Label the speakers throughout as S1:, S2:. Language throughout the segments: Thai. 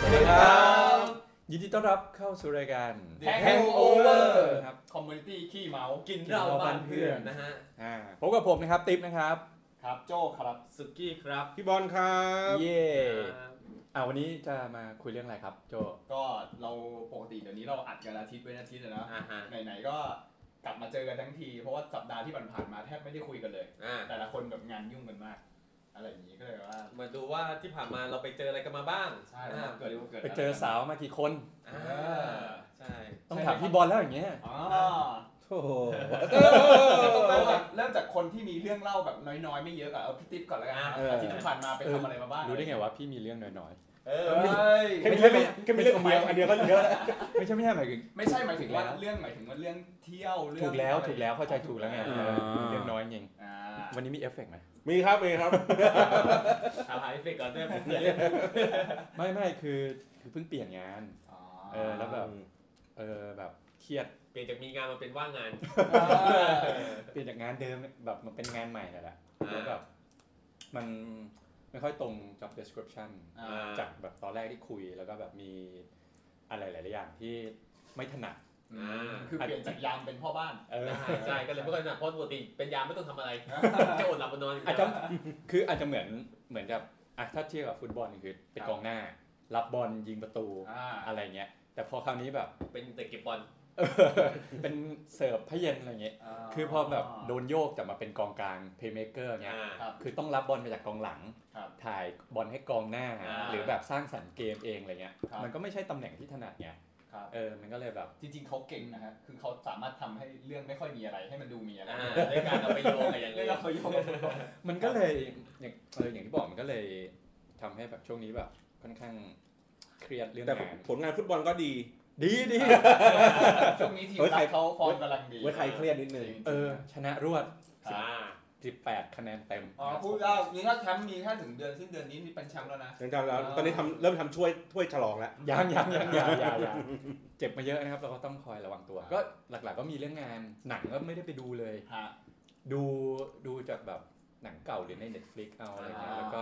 S1: สวัสดีครับยินดีต้อนรับเข้าสู่รายการ
S2: The
S1: Hangover
S2: Hangover
S1: ครับ
S2: คอมมูนิตี้ขี้เมา
S3: กินเราบ้านเพื่อนนะฮะ
S1: อ่าพบกับผมนะครับติ๊บนะครับ
S2: ครับโจ้ครับ
S3: สุกี้ครับ
S4: พี่บอลครับ
S1: เย่
S3: ครับ
S1: อ่าวันนี้จะมาคุยเรื่องอะไรครับ โจ
S2: ก็เราปกติเดี๋ยวนี้เราอัดกันอาทิตย์เว้นอาทิตย์อะนะ
S3: อ่าฮะ
S2: ไหนๆก็กลับมาเจอกันทั้งที เพราะว่าสัปดาห์ที่ผ่านๆมาแทบไม่ได้คุยกันเลย
S3: อ่า
S2: แต่ละคนแบบงานยุ่งกันมาก อะไรอย่างนี้ก็เลยว่า
S3: มาดูว่าที่ผ่านมาเราไปเจออะไรกันมาบ้าง
S2: ใช่
S3: อ่า
S2: เกิดเรื่องเกิด
S1: ไปเจอสาวมากี่คน
S3: อ่าใช่
S1: ต้องถามพี่บอลแล้วอย่างเงี้ย
S2: อ๋อ
S1: โธ่
S2: ต้องเริ่มจากเริ่มจากคนที่มีเรื่องเล่าแบบน้อยๆ ไม่เยอะก่อนเอาพี่ติ๊บก่อนแล้วกัน
S3: อ่า
S2: อาทิตย์ที่ผ่านมาไปทำอะไรมาบ้าง
S1: รู้ได้ไงว่าพี่มีเรื่องน้อย
S2: เออเฮ้ย
S4: แค่มีเรื่องแค่มีเรื่องอันเดียวอันเดียวก็เยอะแล้ว
S1: ๆ ไม่ใช่ไม่ใช่หมายถึง
S2: ไม่ใช่หมายถึงว่า
S1: ถูกแล้ว
S2: เรื่องหมายถึงว่าเรื่องเที่ยวเรื่อง
S1: ถูกแล้ว
S2: อะไร
S1: ถูกแล้วเข้าใจถูกแล้วไงเออเรื่องน้อยจริง
S2: อ่า
S1: วันนี้มีเอฟเฟกต์ไหม
S4: มีครับมีครับ
S3: ถามหาพี่เฟกก่อนด้วยผมเลย
S1: ไม่ไม่คือคือเพิ่งเปลี่ยนงาน เออแล้วแบบ เออแบบเครียด
S3: เปลี่ยนจากมีงานมาเป็นว่างงาน
S1: เปลี่ยนจากงานเดิมแบบมันเป็นงานใหม่นั่นแหละ
S3: อ่า
S1: แล้วแบบมันไม่ค่อยตรง job description
S2: อ่า
S1: จากแบบตอนแรกที่คุยแล้วก็แบบมีอะไรหลาย ๆ อย่างที่ไม่ถนัด
S2: อืมคือเปลี่ยนจากยามเป็นพ่อบ้าน
S1: เออ
S3: ใช่ใช่ก็เลยไม่ค่อยหนักเพราะปกติเป็นยามไม่ต้องทำอะไรแค่อดหลับอดนอนอย่าง
S1: อาจ
S3: เดี
S1: จะ
S3: ยว
S1: คืออาจจะเหมือนเหมือนกับอ่ะถ้าเทียบกับฟุตบอลคือเป็นกองหน้า รับบอลยิงประตู
S2: อ่า
S1: อะไรเงี้ย แต่พอคราวนี้แบบ
S3: เป็นแต่เก็บบอล
S1: เป็นเสิร์ฟพะเย็นอะไรเงี้ย คือพอแบบโดนโยกจะมาเป็นกองกลาง playmaker เงี้ย
S3: อ่า
S2: ครับ
S1: คือต้องรับบอลมาจากกองหลัง
S2: ครับ
S1: ถ่ายบอลให้กองหน้า
S3: อ่า
S1: หรือแบบสร้างสรรค์เกมเองอะไรเงี้ย
S2: ครับ
S1: มันก็ไม่ใช่ตำแหน่งที่ถนัดไง
S2: ครับ
S1: เออ มันก็เลยแบบ
S2: จริงๆเขาเก่งนะฮะคือเขาสามารถทำให้เรื่องไม่ค่อยมีอะไร ให้มันดูมีอะไร
S3: อ่าด้วยการเอาไปโยงอะไรอย่าง
S2: เรื่
S3: เงี้
S2: อย งเขาโยงกัน หมด
S1: มันก็เลยอย่างเอออย่างที่บอกมันก็เลยทำให้แบบช่วงนี้แบบค่อนข้างเครียดเรื่อง
S4: แต่
S1: งาน
S4: ผลงานฟุตบอลก็ดี
S1: ดีดี
S2: ช่วงนี้ทีม
S1: เฮ้ยใคร
S2: รักเขาฟอร์มกำลังดี
S4: ไว้ใครเครียดนิดนึง
S1: เออ ชนะรวด
S2: ครับ
S3: อ่า
S1: 18 คะแนนเต็ม
S2: อ๋อพูดได้นี่ก็แชมป์มีแค่ถึงเดือนสิ้นเดือนนี้นี่เป็นแชมป์แล้วนะ
S4: ยังจำแล้วตอนนี้ทำเริ่มทำช่วยถ้วยฉลองแล้ว
S1: ยังยังยังยังยังยังเจ็บมาเยอะนะครับ เราก็ต้องคอยระวังตัว
S2: ครับ
S1: ก็หลัก ๆ ก็มีเรื่องงาน หนังก็ไม่ได้ไปดูเลย
S2: ฮะ
S1: ดูดูจากแบบหนังเก่าหรือใน Netflix เอาอะไรเงี้ย
S2: อ่า
S1: แล้วก็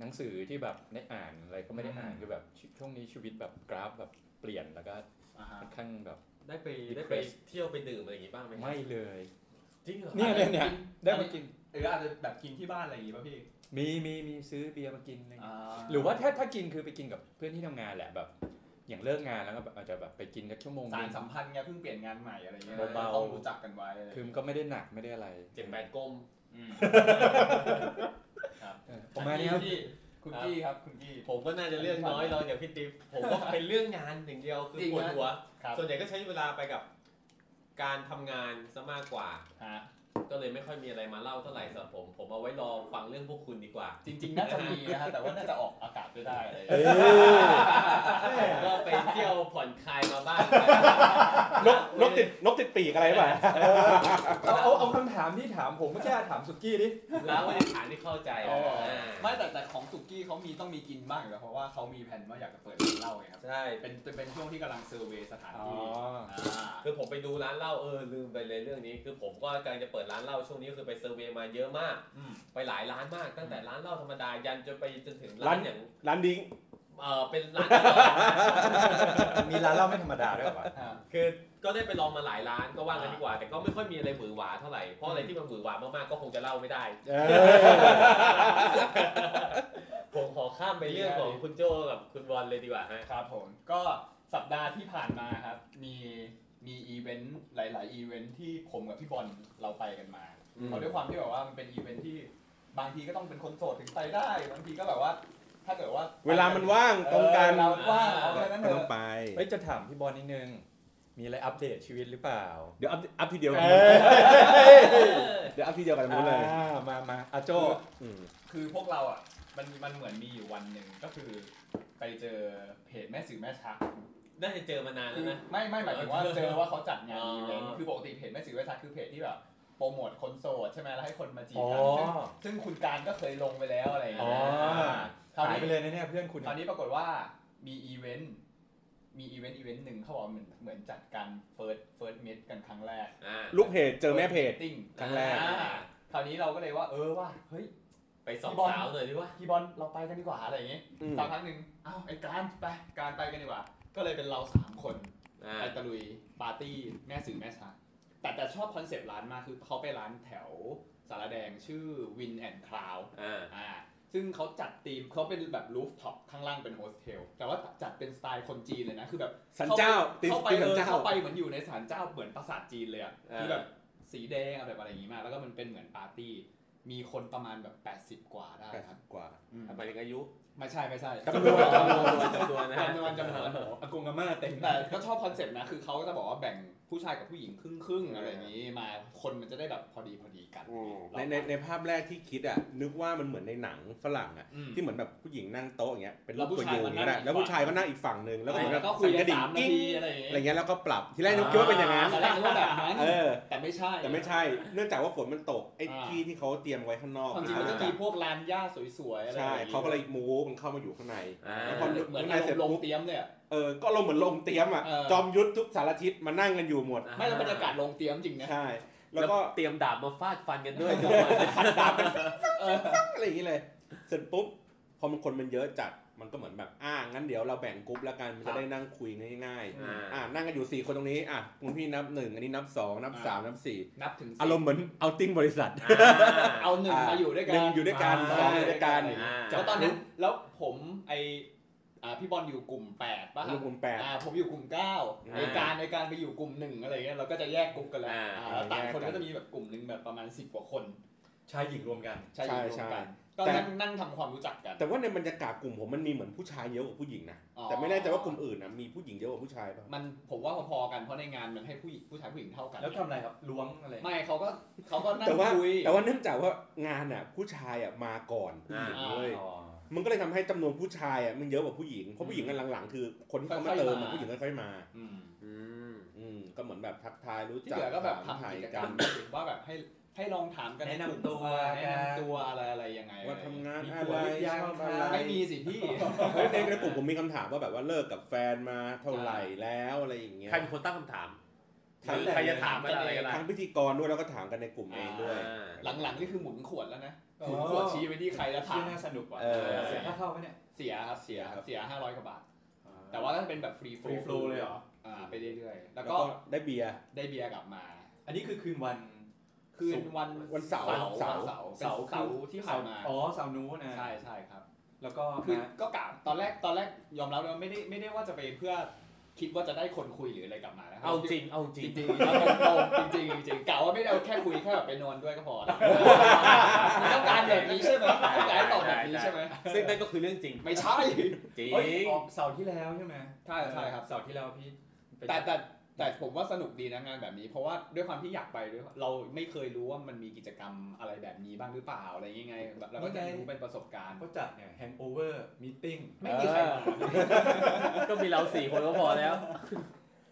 S1: หนังสือที่แบบได้อ่านอะไรก็ไม่ได้อ่าน
S2: อืม
S1: คือแบบชีช่วงนี้ชีวิตแบบกราฟแบบเปลี่ยนแล้วก็
S2: อ่าฮะ
S1: ค่อนข้างแบบ
S3: ได้ไปได้ไปเที่ยวไปดื่มอะไรอย่างงี้บ้างไหมครับ
S1: ไม่เลย
S3: จริงเหรอ
S1: เนี่ยเนี่ยเนี่ยได้มากิน
S2: หรืออาจจะแบบกินที่บ้านอะไรอย่างงี้ป่ะพี่
S1: มีมีมีซื้อเบียร์มากินอะไร
S2: อ่
S1: เงี้ยหรือว่าถ้าถ้ากินคือไปกินกับเพื่อนที่ทำงานแหละแบบ อย่างเลิกงานแล้วก็แบบอาจจะแบบไปกินกันชั่วโมง
S2: สา
S1: นึ
S2: รง สัมพันธ์ไงเพิ่งเปลี่ยนงานใหม่อะไรเงี้ย
S1: เบาๆ
S2: ต้องรู้จักกันไว้อะไร
S1: คือมันก็ไม่ได้หนักไม่ได้อะไร
S3: เจ็ดแปดกลม
S2: อืม
S1: เออประมาณนี้ครับ
S2: พี่คุณกี้ครับคุณกี้
S3: ผมก็น่าจะเรื่องน้อยเราเดี๋ยวพี่ติ๊บผมก็เป็นเรื่องงานอย่างเดียวคือ
S2: จริง
S3: ปวด
S2: นะ
S3: หัว
S2: ครับ
S3: ส่วนใหญ่ก็ใช้เวลาไปกับการทำงานซะมากกว่า
S2: ฮะ
S3: ก็เลยไม่ค่อยมีอะไรมาเล่าเท่าไหร่สำหรับผม ผมเอาไว้รอฟังเรื่องพวกคุณดีกว่า
S2: จริงๆ น่าจะมีนะฮะแต่ว่าน่าจะออกอากาศไม่ได้อะไรอย่าง
S1: เอ
S2: เงี้ย
S1: อ
S3: ก็ไปเที่ยวผ่อนคลายมาบ้าง
S4: นกนกติดนกติดปีกอะไรป่ะ
S1: เอาเอาเอาคำถามที่ถามผมเมื่อกี้ถามสุกี้ดิ
S3: แล้วว่าจะฐานที่เข้าใจ
S2: อ๋อ
S3: อ่า
S2: ไม่แต่แต่ของสุกี้เขามีต้องมีกินบ้างอยู่แล้วเพราะว่าเขามีแผนว่าอยากจะเปิดร้านเหล้าไงครับ
S3: ใช่
S2: เป็นเป็นช่วงที่กำลังเซอร์เวย์สถานที่า
S3: คือผมไปดูร้านเหล้าเออลืมไปเลยเรื่องนี้ คือผมก็กำลังจะเปิดร้านเหล้าช่วงนี้ก็คือไปเซอร์เวย์มาเยอะมาก
S2: อืม
S3: ไปหลายร้านมากตั้งแต่ร้านเหล้าธรรมดายันจนไปจนถึง
S4: ร้า
S3: ร้าน นอย่าง
S4: ร้านดิ้ง
S3: เออเป็นร้าน
S1: มีร้านเหล้าไม่ธรรมดาด้วยเหรอวะ
S2: อ่า
S3: คือก็ได้ไปลองมาหลายร้านก็ว่ากันดีกว่า แต่ก็ไม่ค่อยมีอะไรหวือหวาเท่าไหร่เพราะอะไรที่มันหวือหวามากๆก็คงจะเล่าไม่ได้
S4: เออ
S3: ผมขอข้ามไปเรื่องของคุณโจกับคุณบอลเลยดีกว่าฮะ
S2: ครับผมก็สัปดาห์ที่ผ่านมาครับ มีมีอีเวนต์หลายๆอีเวนต์ที่ผมกับพี่บอลเราไปกันมา เพราะด้วยความที่แบบว่ามันเป็นอีเวนท์ที่บางทีก็ต้องเป็นคนโสดถึงไปได้บางทีก็แบบว่า ถ้าเกิดว่า
S4: เวลามันว่างตรงกัน
S2: เออเวลามันว่างเอาแค่นั้นเถ
S4: ก็ต้อง
S2: อะ
S4: ไป
S1: เฮ้ยจะถามพี่บอลนิดนึง มีอะไรอัปเดตชีวิตหรือเปล่า
S4: เดี๋ยวอัพอัพทีเดียวกัน
S1: เอ
S4: เดี๋ยวอัพทีเดียวกันหมดเลย
S1: อ่ามามาอาโจ
S4: ม
S2: คือพวกเราอ่ะมันมันเหมือนมีอยู่วันหนึ่งก็คือ ไปเจอเพจแม่สื่อแม่ชัก
S3: น่าจะเจอมานานแล้วนะ
S2: ไม่ไม่หมายถึงว่าเจอว่าเขาจัดงาน
S3: อ๋ออี
S2: อีเวนต์คือปกติเพจแม่สื่อแม่ชักคือเพจที่แบบโปรโมทคนโสดใช่ไหมแล้วให้คนมาจีบกั
S1: อ๋อ
S2: ซึ่งซึ่งคุณการก็เคยลงไปแล้วอะไรอย่างเงี้ย
S1: อ๋ออ่
S2: าคราว
S1: หาย
S2: นี้
S1: ไปเลยนะเนี่ยเพื่อนคุณ
S2: คราวนี้ปรากฏว่ามีอีเวนต์มีอีเวนต์อีเวนต์หนึ่งเขาบอกว่าเหมือนเหมือนจัดการเฟิร์สเฟิร์สมิกันครั้งแรก
S3: อ่า
S4: ลูกเพจเจอแม่เพจ
S2: ติ้ง
S4: ครั้งแรก
S2: คราวนี้เราก็เลยว่าเออว่าเฮ้ย
S3: ไปสอง
S2: พี่บอล
S3: สาวหน่อยดีวะ
S2: พี่บอลเราไปกันดีกว่าอะไรอย่างงี้
S4: อืม
S2: สักพักหนึ่งอ้าวไอ้การไปการไปกันดีกว่า ก็เลยเป็นเราสามคน
S3: อ่า
S2: ไปตะลุยปาร์ตี้แม่สื่อแม่ชายแต่แต่ชอบคอนเซปต์ร้านมากคือเขาไปร้านแถวสารแดงชื่อ Win and Cloud
S3: อ่า
S2: อ่าซึ่งเขาจัดธีมเขาเป็นแบบรูฟท็อปข้างล่างเป็นโฮสเทลแต่ว่าจัดเป็นสไตล์คนจีนเลยนะ คือแบบ
S4: สันเจ้าตี
S2: เข้าไป
S4: ตี
S2: เอ
S4: สัน
S2: อ
S4: เจ้า
S2: เข้าไปเหมือนอยู่ในศาลเจ้าเหมือนปราสาทจีนเลยอะ
S3: เออ
S2: คือแบบสีแดงอะแบบอะไรอย่างงี้มาก แล้วก็มันเป็นเหมือนปาร์ตี้ มีคนประมาณแบบ 80 กว่าได้
S4: แปด
S2: ค
S4: สิ
S2: รับ
S4: บกว่า
S2: อืม
S3: หมายถึงอายุ
S2: ไม่ใช่ไม่ใช่
S4: จำนวน
S2: จำนวน
S3: จำนวนนะฮะ
S2: จำนวนจำนวน
S1: อากงอาม่าเต็ม
S2: แต่ก็ชอบคอนเซ็ปต์นะคือเขาก็จะบอกว่าแบ่งผู้ชายกับผู้หญิงครึ่งครึ่งๆอะไรอย่างงี้มาคนมันจะได้แบบพอดีพอดีกัน
S4: ในในในภาพแรกที่คิดอ่ะนึกว่ามันเหมือนในหนังฝรั่งอ่ะ
S2: อืม
S4: ที่เหมือนแบบผู้หญิงนั่งโต๊ะอย่างเงี้ยเป็น
S2: แล้
S4: รู
S2: ว
S4: ป
S2: ผู้
S4: ตัว
S2: ชาย
S4: โยง
S2: มานั่ง
S4: นั่นแหละ
S2: อีก
S4: แล้ว
S2: ฝั่ง
S4: ผู้ชายมันนั่งอีกฝั่งหนึ่งแล้วก็เหมือนแบบ
S2: ก็คุ
S4: สั่
S2: ย
S4: นก
S2: กัน
S4: ระดิ่ง
S2: สามนา
S4: กิ้ง
S2: ทีอะไรอย่างงี้
S4: อะไรเงี้ยแล้วก็ปรับทีแรกนึกคิดว่าเป็นอย่างนั้น
S2: ตอนแรกนึกว่าแบบนั้น
S4: เออ
S2: แต่ไม่ใช่
S4: แต่ไม่ใช่ เนื่องจากว่าฝนมันตกไอ้
S2: อ่า
S4: ที่ที่เขาเตรียมไว้ข้างนอก
S2: ความจริงมันจะมีพวกลานหญ้าสวยๆอะไรอย่
S4: ใช่
S2: งงี้
S4: เขาก็เลยมูฟมันเข้ามาอยู่ข้างใน
S3: อ่า
S4: แล้วพ
S2: เหมือนอารมณ์ลงเตรียมเลยอะ
S4: เออก็ลงเหมือนลงเตรียมอ่ะ
S2: เออ
S4: จอมยุทธทุกสารทิศมานั่งกันอยู่หมด
S2: ไม่แล้วบรรยากาศลงเตรียมจริงนะ
S4: ใช่ แล้วก็
S3: เตรียมดาบมาฟาดฟันกันด้วย
S4: อะไรอย่างเงี้เลยเสร็จปุ๊บพอมันคนมันเยอะจัดมันก็เหมือนแบบอ่างั้นเดี๋ยวเราแบ่งกรุ๊ปแล้วกันมัน
S2: ครั
S4: จะ
S2: บ
S4: ได้นั่งคุยง่ายๆ
S3: อ่า
S4: อ่านั่งกันอยู่สี่คนตรงนี้อ่ะคุณพี่นับหนึ่งอันนี้นับสองนับสามนับสี่
S2: นับถึงสิบ
S4: อารมณ์เหมือนเอาติ้งบริษัท
S2: เอาหนึ่ง
S4: อ่าม
S2: มาอยู่ด้วยกัน
S4: หนึ่งอยู่ด้วยกัน
S2: า
S4: สองอยู่ด้วยกัน
S2: อ่า
S4: จั
S2: แล้
S4: บ
S2: วตอนนั้นแล้วผมไออ่าพี่บอลอยู่กลุ่มแปดป่ะ
S4: ลูกคุณแปด
S2: อ่าผมอยู่กลุ่มเก้า
S3: อ่า
S2: ในการในการไปอยู่กลุ่มหนึ่งอะไรเงี้ยเราก็จะแยกกลุ่มกันแล้ว
S3: อ่า
S2: อ่าแล้วต่างคน
S4: แยกกั
S2: ก็
S4: น
S2: จะมีแบบกลุ่มหนึ่งแบบประมาณสิบกว่าคน
S1: ชายหญิงรวมกัน
S2: ใช่
S4: ใช่
S2: อยู่รวมกันก็
S4: แต่
S2: นั่งนั่งทำความรู้จักกัน
S4: แต่ว่าในบรรยากาศกลุ่มผมมันมีเหมือนผู้ชายเยอะกว่าผู้หญิงนะ
S2: อ๋อ
S4: แต่ไม่แน่ใจว่ากลุ่มอื่นนะมีผู้หญิงเยอะกว่าผู้ชายป่ะ
S2: มันผมว่าพอๆกันเพราะในงานมันให้ผู้หญิงผู้ชายผู้หญิงเท่ากัน
S1: แล้วทำอะไรครับล้วงอะไร
S2: ไม่เขาก็เขาก็นั่ง
S4: แต่ว่า
S2: คุย
S4: แต่ว่าเนื่องจากว่างานอ่ะผู้ชายอ่ะมาก่อนผู้หญิง
S2: อ่า
S4: เว้ยมันก็เลยทำให้จำนวนผู้ชายอ่ะมันเยอะกว่าผู้หญิงเพราะผู้หญิงกันหลังๆ คือคนที่เขามาเติมอ่ะผู้หญิงค่อยๆมา
S2: อืม
S3: อืม
S4: อืมก็เหมือนแบบทักทายรู้
S2: ที่
S4: จัก
S2: เหลือก็แบบ
S4: ถาม
S2: ทำ
S4: ถ่าย
S2: กิจกร
S4: กั
S2: ร
S4: น
S2: มว่าแบบให้ให้ลองถามกัน
S1: แนะนำ
S2: ใกลุ่ม
S1: ตัว
S2: เออแนะ
S1: กัน
S2: นำตัวอะไรอะไรยังไง
S4: ว่าทำงาน
S1: มี
S4: อะ
S1: ผัวห
S4: ไร
S1: รือยัง
S4: ชอบ
S1: คะ
S4: อะไร
S2: ไม่มีสิพี่
S4: เฮ้ยในในกลุ่มผมมีคำถามว่าแบบว่าเลิกกับแฟนมาเท่าไหร่แล้วอะไรอย่างเงี้ย
S3: ใครเป็นคนตั้งคำถาม
S4: ทั้ง
S3: หรือใครจะถามอะไรก็ได้
S4: ทั้งพิธีกรด้วยแล้วก็ถามกันในกลุ่มเองด้วย
S3: อ่า
S2: หลังๆนี่คือหมุนขวดแล้วนะ
S1: อ๋อ
S2: หมุนขวดชี้ไปที่ใครแล้วถา
S1: ที่
S2: ม
S1: น่าสนุกว่ะ
S4: เออ
S1: เสียค่าเข้าไหมเนี่ย
S2: เสียครับเสียครับเสียห้าร้อยกว่าบาท แต่
S1: แต่ว่า
S2: ว่าถ้าเป็นแบบฟรี
S1: free flow เลยเหรอ
S2: อ่าไปเรื่อยๆ
S4: แล้
S2: แล้ว ว
S4: ก็
S2: ก็
S4: ได้เบียร์
S2: ได้เบียร์กลับมา
S1: อันนี้คือคืนวัน
S2: คืนวัน
S4: วันเสาร์
S2: เสาร์เสาร์เป็นเสาร์ที่ผ่านมา
S1: อ๋อเสาร์นู้นนะ
S2: ใช่ใช่ครับ
S1: แล้วก็
S2: คือ
S1: มา
S2: ก็กะตอนแรกตอนแรกยอมรับเลยว่าไม่ได้ไม่ได้ว่าจะไปเพื่อคิดว่าจะได้คนคุยหรืออะไรกลับมานะคบ
S3: เอาจริง เอาจ
S2: จ
S3: ริ
S2: ริ
S3: ง
S2: งจริงๆเอาตรงๆจริงๆจริงๆกะว่าไม่ได้เอาแค่คุยแค่แบบไปนอนด้วยก็พอนะต้องการแบบนี้ใช่ไหมต้องการให้ตอบแบบนี้ใช่ไหม
S3: ซึ่งนั่นก็คือเรื่องจริง
S2: ไม่ใช่
S3: จริง
S1: เอ้ยออกเสาร์ที่แล้วใช่ไหม
S2: ใช่ใช่ครับ
S1: เสาร์ที่แล้วพี่ไป
S2: แต่แต่แต่ผมว่าสนุกดีนะงานแบบนี้ เพราะว่าด้วยความที่อยากไปด้วยเราไม่เคยรู้ว่ามันมีกิจกรรมอะไรแบบนี้บ้างหรือเปล่าอะไรยังไงแบบเราก็จะรู้เป็นประสบการณ์
S1: เขาจัดเนี่ยแฮงโอเวอร์มีติ้ง
S2: ไม่มีใครมา
S3: ก็มีเราสี่คนก็พอแล้ว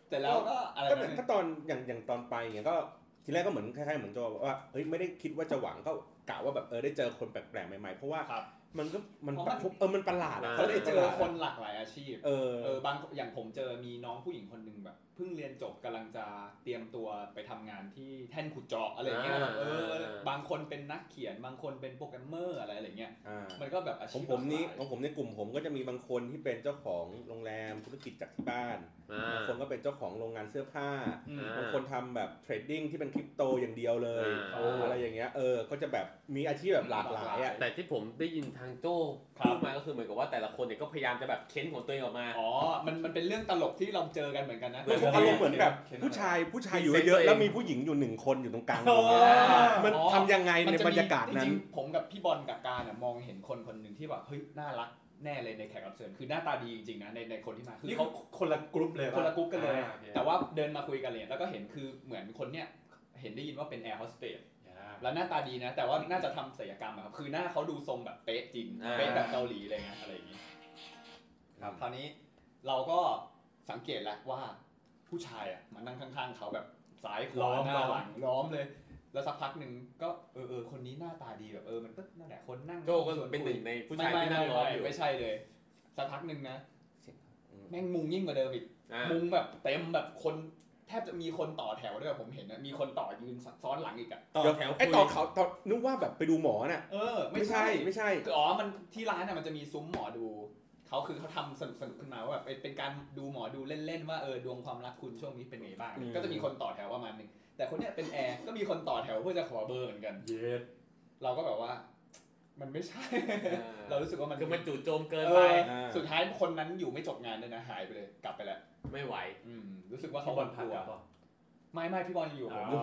S2: แต่แล้วก็อะไร
S4: ก็เหมือ
S2: นะ
S4: นถ้าตอนอย่างอย่างตอนไปอย่างเงี้ยก็ทีแรกก็เหมือนคล้ายๆเหมือนจะว่าเฮ้ยไม่ได้คิดว่าจะหวังก็กะว่าแบบเออได้เจอคนแปลกๆใหม่ๆเพราะว่า
S2: ครับ
S4: มันก็มัน
S2: เพราะมัน
S4: เออมันประหลาดอะ
S2: เขาได้เจอ
S4: ประหลาดะ
S2: คนหลากหลายอาชีพ
S4: เออ
S2: เออบางอย่างผมเจอมีน้องผู้หญิงคนหนึ่งแบบเพิ่งเรียนจบกำลังจะเตรียมตัวไปทำงานที่แท่นขุดเจาะอะไรอย่างเงี้ย
S3: อ่า
S2: เออบางคนเป็นนักเขียนบางคนเป็นโปรแกรมเมอร์อะไรอะไรเงี้ย
S4: อ่า
S2: มันก็แบบอา
S4: ของ
S2: ชีพ
S4: ผมนี่
S2: หลาก
S4: ข
S2: หลา
S4: องผมในกลุ่มผมก็จะมีบางคนที่เป็นเจ้าของโรงแรมธุรกิจจากที่บ้าน
S3: อ่า
S4: บางคนก็เป็นเจ้าของโรงงานเสื้อผ้า
S2: ยอืม
S3: อ่า
S4: บางคนทำแบบเทรดดิ้งที่เป็นคริปโตอย่างเดียวเลย
S2: อ่า
S4: อะไรอย่างเงี้ยเออก็จะแบบมีอาชีพแบบหลากหลายอ่ะ
S3: แต่ที่ผมได้ยินทางโจ้
S2: ครับ
S3: พูดมาก็คือเหมือนกับว่าแต่ละคนเนี่ยก็พยายามจะแบบเค้นของตัวเองออกมา
S2: อ๋อมันมันเป็นเรื่องตลกที่เราเจอกันเหมือนกันนะ
S3: เออ
S4: อารมณ์เหมือนแบบ
S1: เห็นไหม
S4: ผู้ชายผู้ชายอยู่เยอะๆแล้วมีผู้หญิงอยู่หนึ่งคนอยู่ตรงกลางตรงเนี้ยมันทำยังไงในบรรยากาศ
S2: จ
S4: นั้น
S2: ริงๆผมกับพี่บอลกับการอะมองเห็นคนคนหนึ่งที่แบบเฮ้ยน่ารักแน่เลยในแขกรับเชิญคือหน้าตาดีจริงๆนะในในคนที่มาคือ
S1: นี่
S2: เขา
S1: เขาคนละกรุ๊ปเลยป
S2: คนละกรุ๊ปกันเลย
S1: อ่าโอค
S2: แต่ว่าเดินมาคุยกันเลยแล้วก็เห็นคือเหมือนคนเนี้ยเห็นได้ยินว่าเป็นแอร์โฮสเตส
S1: อ่า
S2: แล้วหน้าตาดีนะ แต่ว่าน่าจะทำศัลยกรรมอะครับ คือหน้าเขาดูทรงแบบเป๊ะจริง
S3: อ่า
S2: เป๊ะแบบเกาหลีอะไรเงี้ยอะไรอย่างนี้
S1: ครับ
S2: คราวนี้เราก็สังเกตแล้วว่าผู้ชายอ่ะมานั่งข้างๆเขาแบบซ้ายข
S1: ล้
S2: วา
S1: อม
S2: หน้าหลังล้อมเลย แล้วสักพักหนึ่งก็เออเออคนนี้หน้าตาดีแบบเออมันก็นั่นแหละคนนั่ง
S3: โจ้ก็เป็นหนึ่งในผู้ชาย
S2: ไม่
S3: ที่
S2: ไม่
S3: นั่งรอ
S2: ไม่
S3: อยู่
S2: ไม่ใช่เลยสักพักหนึ่งนะ
S4: อืม
S2: แม่งมุงยิ่งกว่าเดิมอีก
S3: อ่า
S2: มุงแบบเต็มแบบคนแท ทบจะมีคนต่อแถวด้วยผมเห็นนะมีคนต่อยืนซ้อนหลังอีกอะ
S3: ต่อแถว
S4: ไอ้
S3: คุย
S4: ต่อเขาต่อนึกว่าแบบไปดูหมอน่ะ
S2: เออ ไม่
S4: ไม่
S2: ใช่
S4: ใช่ไม่ใช่
S2: คืออ๋อมันที่ร้านน่ะมันจะมีซุ้มหมอดูเขาคือเขาทำสนุกสนุกขึ้นมาว่าแบบเป็นเป็นการดูหมอดูเล่นๆว่าเออดวงความรักคุณช่วงนี้เป็นไงบ้าง
S1: อืม
S2: ก็จะมีคนต่อแถวประมาณหนึงแต่คนเนี้ยเป็นแอร์ก็มีคนต่อแถวเพื่อจะขอเบอร์เหมือนกัน
S1: เย็ด
S2: เราก็แบบว่า มันไม่ใช่ เรารู้สึกว่ามัน
S3: คือมันจู่โจมเกิน
S2: เอ
S3: ไป
S2: อ
S4: อ่า
S2: สุดท้ายคนนั้นอยู่ไม่จบงานเลยนะหายไปเลยกลับไปแล้ว
S3: ไม่ไหว
S2: อืมรู้สึกว่า
S1: เขา
S2: เขา
S1: บบ อ
S2: อ
S1: ล
S2: ล
S1: ผ่าน
S2: ผัว
S1: ป่ะ
S2: ไม่ไม่พี่บอลยังอยู่กับผม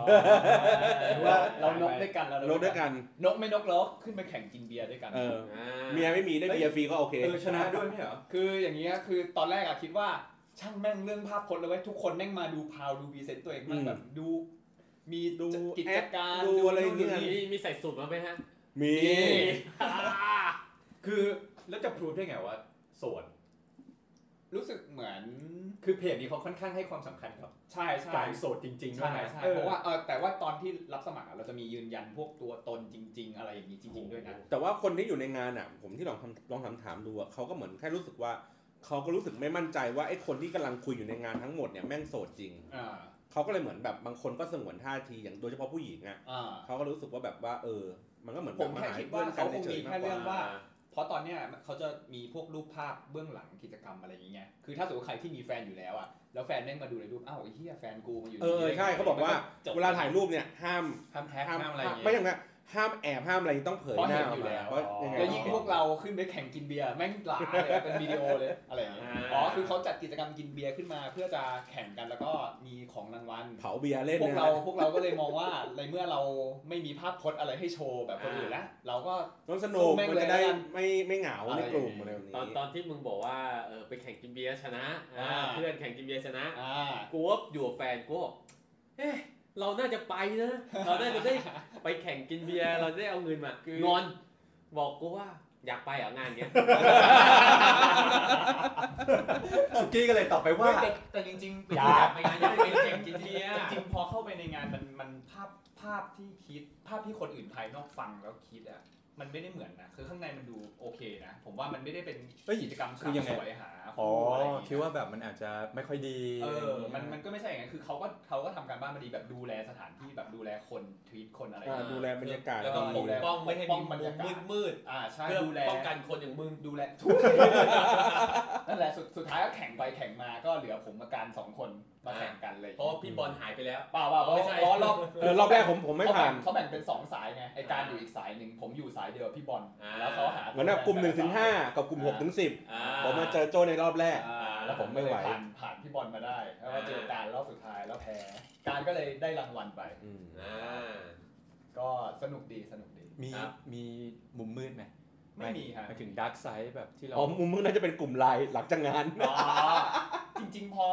S1: หรือว่า
S2: ว่า
S1: เรา
S2: เรา
S1: น
S2: น
S1: ก
S2: ก
S1: ได้
S2: ด้วยกันเรา
S4: รถด้วยกัน
S2: นกไม่นกเราขึ้นไปแข่งกินเบียร์ด้วยกัน
S4: เออ
S3: อ่า
S4: เมียไม่มีได้เบียร์ฟรีก็โอเค
S1: เออชนะด้วยไม่เหรอ
S2: คืออย่างเงี้ยคือตอนแรกอะคิดว่าช่างแม่งเรื่องภาพพจน์เลยเว้ยทุกคนแม่งมาดูพาวดูพรีเซนต์ตัวเองมาก
S4: อืม
S2: แบบดู มี
S4: ดู
S2: กิจการ
S4: แอคดูอะไรอย่างเงี้ย
S2: นู่นดู
S3: มี
S2: นี่
S3: มีใส่สูตรมาไหมฮะ
S4: มี
S1: คือแล้วจะพูดได้ไงว่าโสด
S2: รู้สึกเหมือน
S1: คือเพจนี้เขาค่อนข้างให้ความสำคัญกับ
S2: ใช่ใช่
S1: การโสดจริงๆด้ว
S2: ใช่
S1: ยนะ
S2: ใช่
S1: ออ
S2: เพราะว่าเออแต่ว่าตอนที่รับสมัครอะเราจะมียืนยันพวกตัวตนจริง ๆ อะไรอย่างนี้จริง ๆด้วยนะ
S4: แต่ว่าคนที่อยู่ในงานอ่ะ ผมที่ลองทำลองถามถามดูอ่ะเขาก็เหมือนแค่รู้สึกว่าเขาก็รู้สึกไม่มั่นใจว่าไอ้คนที่กำลังคุยอยู่ในงานทั้งหมดเนี่ยแม่งโสดจริง
S2: อ่า
S4: เขาก็เลยเหมือนแบบบางคนก็สงวนท่าทีอย่างโดยเฉพาะผู้หญิงอ่ะ
S2: อ่า
S4: เขาก็รู้สึกว่าแบบว่าเออ มันก็เหมือน
S2: ผมแค่
S4: บบ
S2: คิดว่าเขาคงมี
S4: ๆ
S2: แค่เรื่อง
S4: กกว่
S2: ว่า เพราะตอนเนี้ยเขาจะมีพวกรูปภาพเบื้องหลังกิจกรรมอะไรอย่างเงี้ย คือถ้าสมมติใครที่มีแฟนอยู่แล้วอ่ะ แล้วแฟนแม่งมาดูในรูป อ้าวไอ้เหี้ยแฟนกูมาอยู่
S4: เออใช่เขาบอกว่า
S2: จบ
S4: เวลาถ่ายรูปเนี่ยห้าม
S2: ห้ามแท็กห้ามอะไรอย่าง
S4: ไม่
S2: เงี้ย
S4: ใช่ไหมห้ามแอบห้ามอะไรต้องเผย
S2: เพราะ
S4: หน้า
S2: เห็นอยู่แล้ว
S4: เพราะยังไง
S2: แล้วยิ่ง
S4: ก็
S2: พวกเราขึ้นไปแข่งกินเบียร์แม่งหลาเลยเป็นวิดีโอเลยอะไรอย่างเงี้ย อ๋อ คือเขาจัดกิจกรรมกินเบียร์ขึ้นมา เพื่อจะแข่งกันแล้วก็มีของรางวัล
S4: เผาเบียร์เล่น
S2: พวก
S4: นะ
S2: เราพวกเราก็เลยมองว่าในเมื่อเราไม่มีภาพพจน์อะไรให้โชว์แบบคนอื่นแล้วเราก็
S4: ต้นสนุก
S2: สู้แม่ง
S4: มัน
S2: เลย
S4: จะได้
S2: แล้วกัน
S4: ไม่ไม่เหงาในกลุ่มอะไรแบบ
S3: ตอน
S4: นี้
S3: ตอนที่มึงบอกว่าเออไปแข่งกินเบียร์ชนะอ่า
S2: อ่า
S3: เพื่อนแข่งกินเบียร์ชนะ
S2: อ่า
S3: กูว่าอยู่กับแฟนกูบอกเอ๊ะเราน่าจะไปนะ เราน่าจะได้ไปแข่งกินเบียร์เราได้เอาเงินมา
S2: คือ
S3: งอน บอกกูว่าอยากไปเหรองานเนี้ย
S1: สุกี้ก็เลยตอบไปว่า
S2: ไม่แต่แต่จริงๆ
S1: อย่า
S2: ไปงานอย่าไปเก่งจริงๆ
S3: เบี
S2: จ
S3: ยร์
S2: ริงๆพอเข้าไปในงานมันมันภาพภาพที่คิดภาพที่คนอื่นภายนอกฟังแล้วคิดอะมันไม่ได้เหมือนนะคือข้างในมันดูโอเคนะผมว่ามันไม่ได้เป็น
S1: เอ้ย
S2: กิจกรรม
S1: คื
S2: สา
S1: อยั
S2: ม
S1: งไง
S2: สวยหา
S1: อ๋อ
S2: คู่อะไรอย่าง
S1: คิด
S2: เงี้ย
S1: ว่าแบบมันอาจจะไม่ค่อยดี
S2: เออมันมันก็ไม่ใช่อย่างนั้นคือเขาก็เขาก็ทำการบ้านมาดีแบบดูแลสถานที่แบบดูแลคนทวีตคนอะไรอย่าง
S4: อ่า
S2: เงี้ย
S4: ดูแลบรรยากาศ
S3: แล้วก็
S2: ดี
S3: ปกป้อง
S2: ป
S3: ไม่
S2: ก
S3: ให้
S2: ป้
S3: มี
S2: อง
S3: มุ
S2: บรรยาม กาศ
S3: มืดมืด
S2: อ่าใช่
S3: ๆเพื่อ
S2: ดูแล
S3: ป้องกันคนอย่างมึง
S2: ดูแลทุกนั่นแหละสุดสุดท้ายก็แข่งไปแข่งมาก็เหลือผมกับการสองคนมาแข่งกันเลย
S3: เพราะว่าพี่บอลหายไปแล้ว
S2: เปล่าเปล่าเพราะ
S3: ไม่ใช่
S2: เพราะรอบ
S4: เออรอบแรกผมผมไม่ผ่าน
S2: เขาแบ่งเป็นสองสายไงไอการอยู่อีกสายหนึ่งผมอยู่สายเดียวกับพี่บอล
S3: อ่า
S2: แล้วเขาหา
S4: เหมือนแบบกลุ่มหนึ่งถึงห้ากับกลุ่มหกถึงสิบ
S3: อ่า
S4: ผมมาเจอโจในรอบแรก
S2: อ่า
S4: แล้วผมไม่ไหว
S2: ผ่านผ่านพี่บอลมาได้แล้วมาเจอการรอบสุดท้ายแล้วแพ้ การก็เลยได้รางวัลไป
S4: อืม
S3: อ่า
S2: ก็สนุกดีสนุกดี
S1: มี
S3: ครับ
S1: มีมุมมืดไหม
S2: ไม่มีฮะ
S1: หมายถึงดาร์กไซด์แบบที่เรา
S4: อ๋อมุมมึงน่าจะเป็นกลุ่มไลน์หลังจากงาน
S2: อ๋อจริง ๆ พอ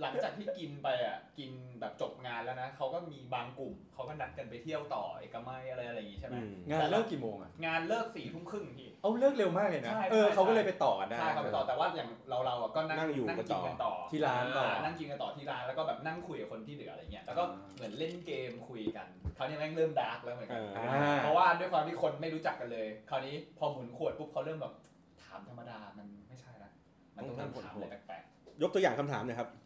S2: หลังจากที่กินไปอ่ะกินแบบจบงานแล้วนะเขาก็มีบางกลุ่มเขาก็นัดกันไปเที่ยวต่อเอกมัยอะไรอะไรอย่างงี้ใช่ไหม
S4: อืม
S1: งานเลิกกี่โมงอ่ะ
S2: งานเลิกสี่ทุ่มครึ่งพี่
S1: เอาเลิกเร็วมากเลยนะ
S2: ใช่
S1: เออ
S2: ใช่
S1: เขาก็เลยไปต่อนะ
S2: ใช่ครับไปต่อแต่ว่าอย่างเราเราๆอ่ะก็นั่ง
S4: นั่งอยู่
S2: นั่ง
S4: กัน
S2: กิ
S4: ต่
S2: น
S4: อ
S2: กันต่อ
S1: ที่ร้านต่อ
S2: อ่านั่งกินกันต่อที่ร้านแล้วก็แบบนั่งคุยกับคนที่เหลืออะไรเงี้ยแล้วก็
S1: อ่า
S2: เหมือนเล่นเกมคุยกันคราวนี้แม่งเริ่มดาร์กแล้วเหมือน
S4: เอ
S2: กัน
S4: อ
S1: อ่า
S2: เพราะว่าด้วยความที่คนไม่รู้จักกันเลย คราวนี้พอหมุนขวดปุ๊บเขาเริ่มแบบถามธรรมดามันไม่ใช่ละมันต้องเริ่มถามอะไรแปลก
S4: ยกตัวอย่างคำถามหนะครับ
S2: ๆ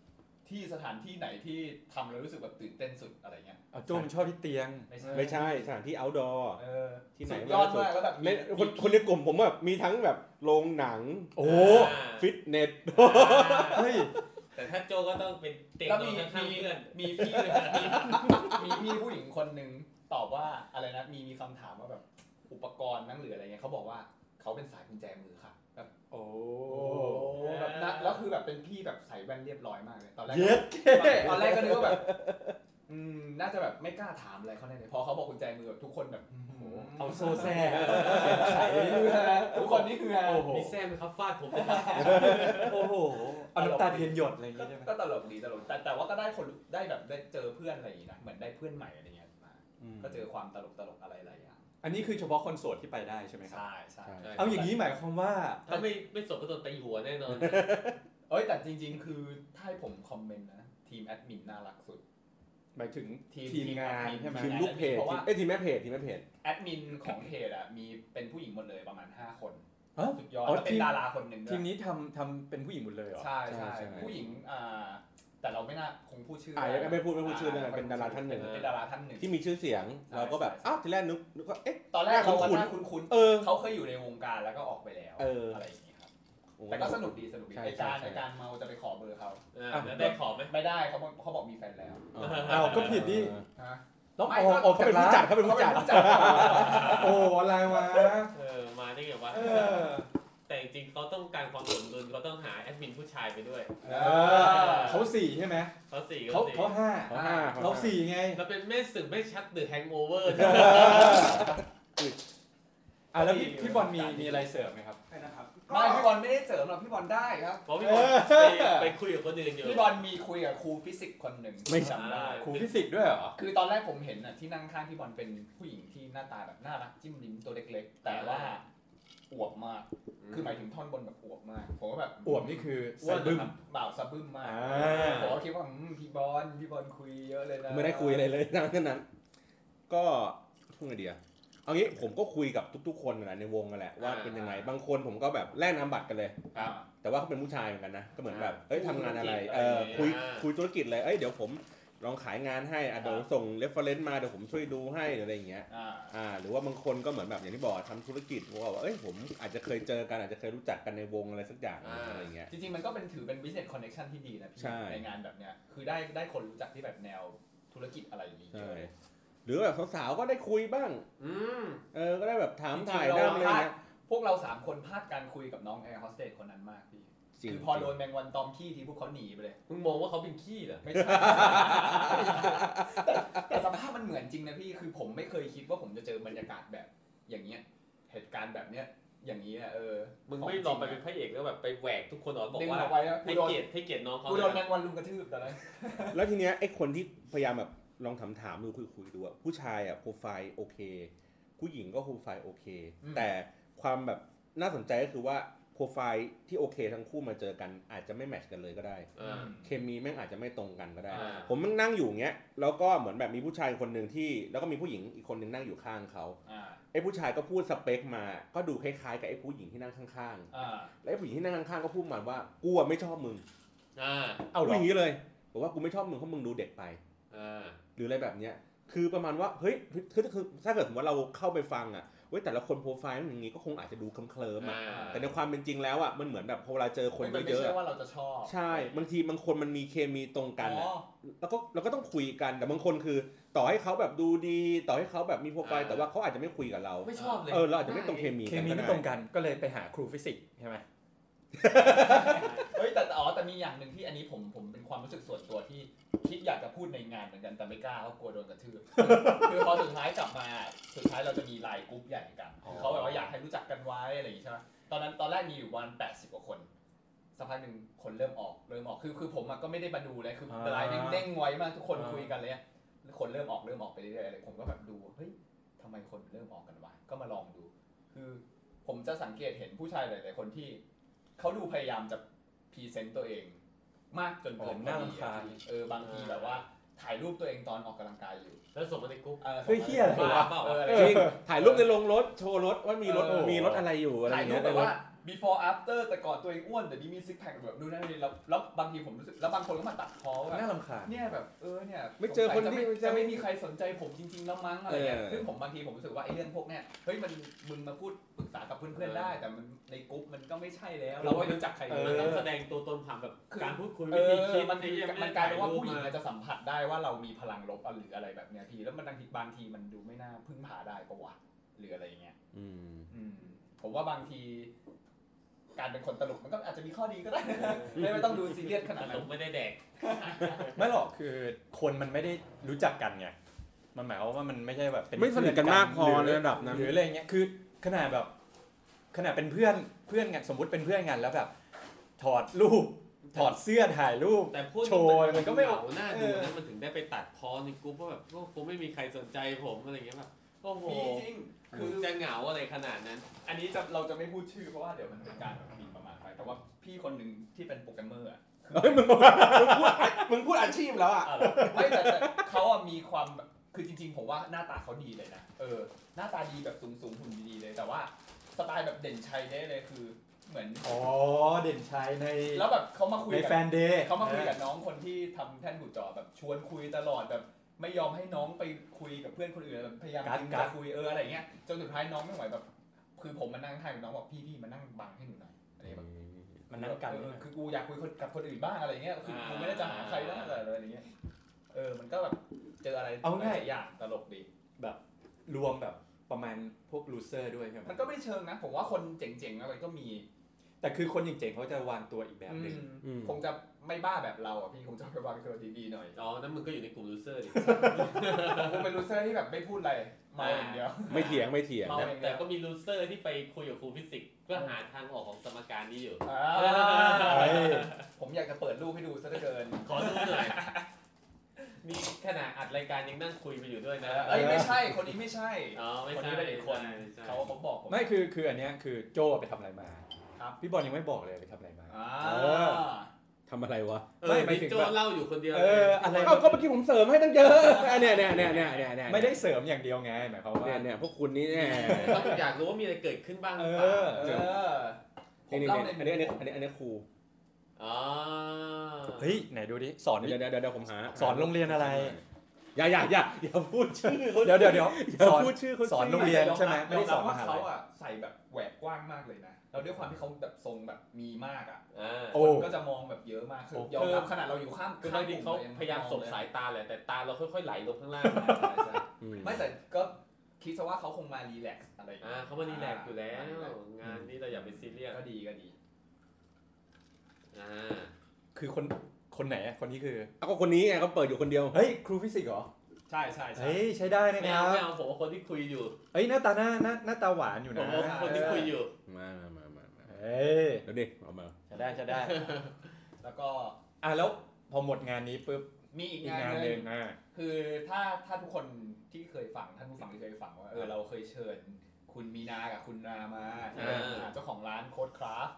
S2: ที่สถานที่ไหนที่ทำแล้วรู้สึกแบบตื่นเต้นสุดอะไรเงี้ย
S1: เอาโจมนชอบที่เตียง
S2: ไม่ใช่
S4: ไม่ใช่สถานที่ outdoor
S2: เออ
S4: ที่ไหน
S2: สุดยอดมากแล้วแบบ
S4: ในคนคนในกลุ่มผมแบบมีทั้งแบบโรงหนัง
S1: โอ้
S3: อ่า
S4: ฟิตเนส
S1: เฮ้ย
S3: แต่ถ้าโจก็ต้องเป็นเต็ง
S2: แล้ว
S3: นอ
S2: มี
S3: นข้าง
S2: มี
S3: ๆเพื่อน
S2: มีพี่ มีพี่ผู้หญิงคนหนึ่งตอบว่าอะไรนะมีมีคำถามว่าแบบอุปกรณ์นั่งหรืออะไรเงี้ยเขาบอกว่าเขาเป็นสายกุญแจมือค่ะแบบ
S1: โอ้
S2: แบบนะแล้วคือแบบเป็นพี่แบบใส่แว่นเรียบร้อยมากเลยตอนแรก
S1: เย็ด
S2: ตอนแรกก็นึกว่าแบบอืมน่าจะแบบไม่กล้าถามอะไรเขาแน่ๆพอเขาบอกกุญแจมือแบบทุกคนแบบโอ้โห
S1: เอาโซแซ่
S2: ใส่ฮือฮาทุกคนนี่คือฮา
S1: โอ้โห
S3: มีแซมไหมครับฟาดผมเลย
S1: โอ้โหเอาน้ำตาเทียนหยดอะไรอย่าง
S2: ก็
S1: งี้ใช่ไหม
S2: ก็ตลกดีตลกแต่แต่ว่าก็ได้คนได้แบบได้เจอเพื่อนอะไรอย่างงี้นะเหมือนได้เพื่อนใหม่อะไรเงี้ยมาก็เจอความตลกตลกๆอะไรหลายอย่าง
S1: อันนี้คือเฉพาะคนโสดที่ไปได้ใช่ไหมครับ
S2: ใช่ใช่
S1: เอาอย่างนี้หมายความว่า
S3: ถ้าไม่ไม่สบก็โดนตีหัวแน่นอน
S2: เอ้ยแต่จริง ๆ คือถ้าให้ผมคอมเมนต์นะทีมแอดมินน่ารักสุด
S1: หมายถึง
S2: ทีม
S1: ทีมงาน
S2: ทีม
S1: ใช่ไหม
S4: ทีมลูกเพจ
S2: เพราะว่า
S4: เอ้ยทีมแม่เพจทีมแม่เพจ
S2: แอดมินของเพจอะมีเป็นผู้หญิงหมดเลยประมาณ 5 คน
S1: เอ้า
S2: สุดยอด
S1: อ๋อ
S2: แล้วเป็
S1: ที
S2: น
S1: ม
S2: ดาราคนหนึ่งด้
S1: ที
S2: วย
S1: มนี้ทำทำเป็นผู้หญิงหมดเลยเหรอ
S2: ใช่ใช่
S4: ใช่ใช่
S2: ผู้หญิงอ่า แต่เราไม่น่าคงพูดชื่อ
S4: อ่ะยังไม่พูดไม่พูดชื่อเลย
S2: า
S4: เป็นดาราท่านหนึ่ง
S2: เป็นดาราท่านหนึ่ง
S4: ที่มีชื่อเสียง
S2: ใช่
S4: เราก็แบบ
S2: ใช่
S4: อ้าวทีแรกนึกนึกว่าเอ๊ะ
S2: ตอนแรกเราก็
S4: คุ้นๆ
S2: น่าคุ้น
S4: เออ
S2: ๆเขาเคยอยู่ในวงการแล้วก็ออกไปแล้ว
S4: เอออ
S2: อะไรอย่างนี้ครับแต่ก็สนุกดีสนุกดี
S4: ใช่
S2: ไอการ
S4: ใช่
S2: ไอการเมาจะไปขอเบอร์เขา
S3: อ่ะแล้วได้ขอบไหม
S2: ไม่ได้เขาบอกเขาบอกมีแฟนแล้ว
S1: อ้าวก็ผิดดิ
S2: ฮะ
S1: ต้อง
S2: ไม่
S1: อ
S2: ก็
S1: อกออกจากร้าน
S4: จัดเขาเป็นผู้จัด
S1: โอ้อะไรวะ
S3: เออมาได้ไงวะ
S1: เออ
S3: แต่จริงๆเขาต้องการความสมดุลเขาต้องหาแอดมินผู้ชายไปด้วย
S1: เออเขาสี่ใช่ไหม
S3: เขาสี่
S1: เขา
S3: เขาสี่
S1: เขาห้า
S4: เขาห้า
S1: เขาสี่ไง
S3: แล้วเป็นแม่สึกไม่ชักหรือแฮงโอเวอร์
S1: อ่ะแล้วพี่พี่บอลมีมีอะไรเสริมไหมครับ
S5: ใช่นะครับก็
S2: ไม่พี่บอลไม่ได้เสริมหรอกพี่บอลได้ครับ
S3: เพราะพี่บอล
S1: เออ
S3: ไปไปคุยกับคนอื่นอยู่
S2: พี่บอลมีคุยกับครูฟิสิกส์คนหนึ่ง
S4: ไม่
S2: จำได้
S1: ครูฟิสิกส์ด้วยเหรอ
S2: คือตอนแรกผมเห็นน่ะที่นั่งข้างพี่บอลเป็นผู้หญิงที่หน้าตาแบบน่ารักจิ้มลิ้มตัวเล็กๆ แต่ว่าอวบมาก คือหมายถึงท่อนบนแบบอวบมาก ผมก็แบบ
S1: อวบนี่คือ
S2: อ้วน
S1: สะบึ้ม
S2: แบบบ่าวสะบึ้มมาก
S1: อ่า
S2: ผมก็คิดว่าอืมพี่บอลพี่บอลคุยเยอะเลยนะ
S4: ไม่ได้คุยอะไรเลยทั้งนั้น ก็พูดไอเดียเอางี้ผมก็คุยกับทุก ๆ คนนั่นแหละในวงนั่นแหละว่าเป็นยังไงบางคนผมก็แบบแลกนามบัตรกันเลย
S3: ครับ
S4: แต่ว่าเขาเป็นผู้ชายเหมือนกันนะ ก็เหมือนแบบเอ้ยทำงานอะไร เออ
S3: คุ
S4: คุย
S3: ยธุรกิจอะไรอย่างเงี้ย
S4: คุยธุรกิจเลยเอ้ยเดี๋ยวผมลองขายงานให้อ่ะเดี๋ยวส่งเรฟเฟอเรนซ์มาเดี๋ยวผมช่วยดูให้หรืออะไรอย่างเงี้ย
S2: อ่า
S4: อ่าหรือว่าบางคนก็เหมือนแบบอย่างที่บอกทำธุรกิจบอกว่าเอ้ยผมอาจจะเคยเจอกันอาจจะเคยรู้จักกันในวงอะไรสักอย่าง
S3: อ่า
S4: อะไรอย่างเงี้ย
S2: จริงๆมันก็เป็นถือเป็น business connection ที่ดีนะพี่
S4: ใช่
S2: ในงานแบบเนี้ยคือได้ได้คนรู้จักที่แบบแนวธุรกิจอะไรอย่างนี้เย
S4: ใช่
S2: อะ
S4: หรือแบบสาวๆก็ได้คุยบ้าง
S3: อืม
S4: เออก็ได้แบบถาม
S2: จริงๆ
S4: ถ่าย
S2: เรา
S4: ได้อะไรอย่างเงี้ย
S2: พวกเราสามคนพลาดการคุยกับน้องแอร์โฮสเตสคนนั้นมากพี่
S4: จริง
S2: คือพอโดนแมงวันตอมขี้ทีพวกเขาหนีไปเลย
S3: มึงมองว่าเขาเป็นขี้เหรอ
S2: ไม่ ใช่ แต่สภาพมันเหมือนจริงนะพี่ คือผมไม่เคยคิดว่าผมจะเจอบรรยากาศแบบ อย่างเงี้ย เหตุการณ์แบบเนี้ย อย่างนี้อะเออ
S3: มึงไม่ลองไปเป็นพระเอกแล้วแบบไปแหวกทุกคนออกบอก
S2: ดึง
S3: ว่า
S2: ออกไปแล้วกู
S3: ให้
S2: โดน
S3: เกียรติให้เกียรติน้องเขา
S2: กูโดนแม
S3: นะ
S2: งวันลุมกระทืบตอนนั้น
S4: แล้วทีเนี้ยไอ้คนที่พยายามแบบลองถามถามๆดูคุยคุยๆดูอะผู้ชายอะโปรไฟล์โอเค ผู้หญิงก็โปรไฟล์โอเค แต่ความแบบน่าสนใจก็คือว่าโปรไฟล์ที่โอเคทั้งคู่มาเจอกันอาจจะไม่แมทช์กันเลยก็ได้
S3: อ่า
S4: เคมีแม่งอาจจะไม่ตรงกันก็ได้
S3: อ่า
S4: ผมมันนั่งอยู่อย่างเงี้ย แล้วก็เหมือนแบบมีผู้ชายคนหนึ่งที่ แล้วก็มีผู้หญิงอีกคนหนึ่งนั่งอยู่ข้างเขา
S2: อ่า
S4: ไอ้ผู้ชายก็พูดสเปคมา ก็ดูคล้ายๆกับไอ้ผู้หญิงที่นั่งข้าง
S2: อ่า
S4: ๆ แล้วไอ้ผู้หญิงที่นั่งข้างๆก็พูดประมาณว่า กูอะไม่ชอบมึง
S3: อ่า
S1: เอาเหร
S4: พูด
S1: อ
S4: อย่างนี้เลย บอกว่ากูไม่ชอบมึงเพราะมึงดูเด็กไป
S3: อ่า
S4: หรืออะไรแบบเนี้ย คือประมาณว่า เฮ้ย คือคือถ้าเกิดสมมติว่าเราเข้าไปฟังอ่ะ เว้ยแต่ละคนโปรไฟล์มันอย่างงี้ก็คงอาจจะดูเคลิ้มๆ
S3: อ่า
S4: อ่ะ แต่ในความเป็นจริงแล้วอ่ะ มันเหมือนแบบพอเวลาเจอคน
S2: มัไม่
S4: เยอะๆ
S2: ใช่
S4: อะ
S2: ว่าเราจะชอบ
S4: ใช่ บางทีบางคนมันมีเคมีตรงกันอะ
S2: อ๋อ
S4: แล้วก็เราก็ต้องคุยกันแต่บางคนคือต่อให้เขาแบบดูดี ต่อให้เขาแบบมีโปรไฟล์แต่ว่าเขาอาจจะไม่คุยกับเรา
S3: ไม่ชอบเลย
S4: เออเราอาจจะไม่ตรงเคมี
S1: เค
S4: กัน
S1: มีไม่
S4: ก็ได้
S1: ตรงกันก็เลยไปหาครูฟิสิกส์ใช่ไหม
S2: เฮ้ยแต่แต่อ๋อแต่มีอย่างหนึ่งที่อันนี้ผมผมเป็นความรู้สึกส่วนตัวที่คิดอยากจะพูดในงานเหมือนกันแต่ไม่กล้าเพราะกลัวโดนกระ ทืบ คือพอสุดท้ายกลับมาสุดท้ายเราจะมีไลน์กรุ๊ปใหญ่กันคือเขาแบบว่าอยากให้รู้จักกันไว้อะไรอย่างงี้ใช่ไหมตอนนั้นตอนแรกมีอยู่ประมาณ80กว่าคนสักพักหนึ่งคนเริ่มออกเริ่มออกคือคือผมอะก็ไม่ได้มาดูเลยคือ
S1: อ่า
S2: ไลน์เด้งๆไว้มากทุกคน
S1: อ่า
S2: คุยกันเลยอะคนเริ่มออกเริ่มออกไปเรื่อยๆอะไรผมก็แบบดูเฮ้ยทำไมคนเริ่มออกกันวะก็มาลองดู คือผมจะสังเกตเห็นผู้ชายหลาย ๆ คนที่ เขาดูพยายามจะพรีเซนต์ตัวเอง มากจนเกิน
S1: โอ้
S2: พอ
S1: น่า
S2: ดี
S1: รำคาญ
S2: เออบางทีแบบว่า ถ่ายรูปตัวเองตอนออกกำลังกายอยู่
S3: แล้วส่งมาในกรุ๊ป
S2: ออ
S1: เฮ้ยเหี้ยอะไร
S2: บ้า
S3: เปล่า
S2: เอออะไร
S4: จริงถ่ายรูปในโรงรถโชว์รถว่ามีรถ
S2: เออ
S4: มีรถอะไรอยู่อะไรอ
S2: ถ่าย
S4: ย่าง
S2: รู
S4: เงี้
S2: ป
S4: ย
S2: แบบว่า before after แต่ก่อนตัวเองอ้วนแต่นี้มีซิกแพคแบบดูนั่นนี่แล้วแล้วบางทีผมรู้สึกแล้วบางคนก็มาตัดคอว่าแบบ
S1: น่ารำคาญ
S2: เนี่ยแบบเออเนี่ย
S4: ไม่เจอคนที่
S2: สงสัยจะไม่
S4: จะ
S2: จะ
S4: ไม่
S2: ไม่มีใครสนใจผมจริง ๆ แล้วมั้งอะไรเงี้ย
S4: เออ
S2: ซึ่งผมบางทีผมรู้สึกว่าไอ้เรื่องพวกเนี้ยเฮ้ยมันมึงมาพูดปรึกษากับเพื่อนๆได้ แต่มันในกลุ่มมันก็ไม่ใช่แล้ว เราไม่รู้จักใคร
S1: เอ
S3: มัน
S2: แล้
S3: ต้อง
S2: ว
S3: แสดงตัวตนผ่านแบบการพูดคุย
S2: เอ
S3: วิธีคิ
S2: อ
S3: ด
S2: มันคือ
S3: ไอ้เหี้ย
S2: มันกลายเป็นว่าผู้หญิง
S3: ไม
S2: อาจจะสัมผัสได้ว่าเรามีพลังลบหรืออะไรแบบเนี้ยพี่แล้วมันบางทีบางทีมันดูไม่น่าพึ่งพาได้ปะวะหรืออะไรอย่างเงี้ย
S4: อืม
S2: อืมผมว่าบางที การเป็นคนตลกมันก็อาจจะมีข้อดีก็ได้ ไม่ไม่ต้องดูซีเรียสข่ นาด
S3: ได้
S2: นั้
S3: ล
S2: น
S3: งไม่ได้แดก
S1: ไม่หรอกคือคนมันไม่ได้รู้จักกันไง มันหมายความว่ามันไม่ใช่แบบเป็น
S4: ไม่สนิทกันมากพอ
S1: ห
S4: ในระดับนั้น
S1: หรืออะไรเงี้ยคือขนาดแบบขนาดเป็นเพื่อนเพื่อนกันสมมุติเป็นเพื่อนกันแล้วแบบ ถอดรูป ถอดเสื้อถ่ายรูป
S3: แต่พูด
S1: โชว์มันก็ไม่
S3: เห
S1: เอา
S3: งาหน้า
S1: เอ
S3: ดู
S1: อ
S3: นะมันถึงได้ไปตัดพอในกรุ๊ปว่าแบบโอ้คงไม่มีใครสนใจผมอะไรอย่างเงี้ยแบบโอ้โห
S2: มีจริงคือ
S3: จะเหงาอะไรขนาดนั้น
S2: อันนี้จะเราจะไม่พูดชื่อเพราะว่าเดี๋ยวมันเป็นการบีประมาทไปแต่ว่าพี่คนหนึ่งที่เป็นโปรแกรมเมอร์อะคือ
S4: เฮ้ยมึงมึงพูดมึงพูดอาชีพแล้วอ่ะ
S2: อ่ะเหรอไม่แต่แต่เขาอะมีความแบบคือจริง ๆ ผมว่าหน้าตาเขาดีเลยนะเออ หน้าตาดีแบบสูงๆหุ่นดีๆเลย แต่ว่าสไตล์แบบเด่นชัยได้เลยคือ เหมือน
S1: อ๋อเด่นชัยใน
S2: แล้วแบบเขามาคุย
S1: ใน
S2: กั
S1: แฟนเดย์
S2: เขามาคุยกับน้องคนที่ทำแท่นหูจอแบบชวนคุยตลอดแบบ ไม่ยอมให้น้องไปคุยกับเพื่อนคนอื่นแบบพยายามดึงจะคุยเอออะไรเงี้ยจนสุดท้ายน้องไม่ไหวแบบ คือผมมานั่งให้น้องบอกพี่พี่มานั่งบังให้หนูหน่อยอะไรแบบ
S1: มันนั่งกัน
S2: เอ
S1: เลย
S2: อ
S1: นะ
S2: คือกูอยากคุยคนกับคนอื่นบ้างอะไรเงี้ยคือกูไม่ได้จะหาใครได้แต่อะไรเงี้ยเออมันก็แบบเจออะไรหลายอย่างตลกดี
S1: รวมแบบประมาณพวกลูเซอร์ด้วยใช่ไหม
S2: มันก็ไม่เชิงนะ ผมว่าคนเจ๋งๆอะไรก็มี
S1: แต่คือคนเจ๋งๆเขาจะวางตัวอีกแบบหนึง
S2: อืม
S4: อืม
S2: คงจะไม่บ้าแบบเราอ่ะพี่คงจะระวังตัวดีๆหน่อย
S3: อ๋อนั่นมึงก็อยู่ในกลุ่มลูเซ อร์ดิ
S2: ผมคงเป็นลูเซอร์ที่แบบไม่พูดอะไรเมาอย่างเดียว
S4: ไม่เถียงไม่เถียง
S3: เมา
S2: อย่างเดียว
S3: แต่ก็มีลูเซอร์ที่ไปคุยกับครูฟิสิกส์เพื่อหาทางออกของสมการนี้อยู่
S2: อ่า
S1: เฮ้ย
S2: ผมอยากจะเปิดรูปให้ดูซะเหลือเกิน
S3: ขอดูหน่อย มีขณะอัดรายการยังนั่งคุยไปอยู่ด้วยนะ
S2: เอ้ยไม่ใช่คนนี้ไม่ใช่
S3: อ๋อไม่
S2: คน
S3: ใช่
S2: นี้เป็นอีกคน
S3: ไม่ใช่
S2: เขาเขาบอกผม
S1: ไม่คือคืออันเนี้ยคือโจไปทำอะไรมา
S2: ครับ
S1: พี่บอลยังไม่บอกเลยไปทำอะไรมา
S2: อ่า
S1: เออ
S4: ทำอะไรวะ
S3: เออ
S1: ไม่หมาย
S3: มี
S1: ถึง
S3: โจ
S1: แบบ
S3: เล่าอยู่คนเดียว
S1: เอออะไร
S4: เอ้าก็เมื่อกี้ผมเสริมให้ตั้งเยอะเนี่ยเนี่ยเนี่ยเนี่ยเนี่ยเนี่ย
S1: ไม่ได้เสริมอย่างเดียวไงหมายความว่า
S4: เนี่ยเนี่ยพวกคุณนี่เนี่ย
S3: ต้องอยากรู้ว่ามีอะไรเกิดขึ้นบ้างหรือเป
S1: เออ
S2: เอ
S3: ล่า
S2: อผม
S4: นี่
S2: เล่า
S4: นี่
S2: ใน
S4: อันนี้อันนี้อันนี้อันนี้ครู
S3: อ๋อ
S1: เฮ้ยไหนดูดิสอนวิ
S4: เดี๋ยวเดี๋ยวเดี๋ยวเดี๋ยวผมหา
S1: สอนโรงเรียนอะไร
S4: อย่าอย่าอย่าอย่าพูดชื่อเขา
S1: เดี๋ยวเดี๋ยวเดี๋ยว
S4: อย่า
S1: สอน
S4: พูดชื่อเขา
S1: สอน โรงเรียนใช่ไหมไม่ได้สอนม
S2: ว่า
S1: หาลัย
S2: เขาอ่ะใส่แบบแหวกกว้างมากเลยนะแล้วด้วยความที่เขาแบบทรงแบบมีมากอ่ะ
S3: อ่า
S1: โอ้
S2: คนก็จะมองแบบเยอะมากคือยอมรับขนาดเราอยู่ข้าม
S3: คือ
S2: ข้า
S3: บาง
S2: ม
S3: ที
S2: กลุ่ม
S3: เขา
S2: รง
S3: พยายามส่งสายตาแหละแต่ตาเราค่อยๆไหลลงข้างล่างนะ
S2: ใช่ใช่
S4: อืม
S2: ไม่แต่ก็คิดซะว่าเขาคงมารีแลกซ์อะไรอย่ง
S3: อ่า
S2: งี้ย
S3: เขามารีแลกซ์อยู่แล้ว
S2: มารีแลกซ์
S3: งานนี้เราอย่าไปซีเรียส
S2: ก็ดีก็ดี
S3: อ่า
S1: คือคนคนไหนอะคนนี้คือ
S4: เอาก็คนนี้ไงเขาเปิดอยู่คนเดียว
S1: เฮ้ยครูฟิสิกส์เหรอ
S2: ใช่ใช่ใช่
S1: เฮ้ยใช้ได้นะ
S3: ไม่
S1: ค
S3: เอา
S1: รับ
S3: ไม่เอาผมว่าคนที่คุยอยู่
S1: เฮ้ยหน้าตาหน้าหน้าหน้าตาหวานอยู่
S3: ผ
S1: นะ
S3: มว่าคนที่คุยอยู่
S4: มามามามามา
S1: เฮ้ย
S4: แล้วดิเอามา
S1: ใช้ได้ใช้ได้
S2: แล้วก็
S1: อ่ะแล้วพอหมดงานนี้ปุ๊บ
S2: มีอีก
S1: อีก
S2: งาน
S1: งาน
S2: ห
S1: หนึ่
S2: นึ่
S1: ง
S2: ง
S1: อ่ะ
S2: คือถ้าถ้าทุกคนที่เคยฟังท่านผู้ฟังที่เคยฟังว่าเออเราเคยเชิญ คุณมีนากับคุณนามาที่เป็น
S3: อ่า
S2: เจ้าของร้านโค้ดคราฟ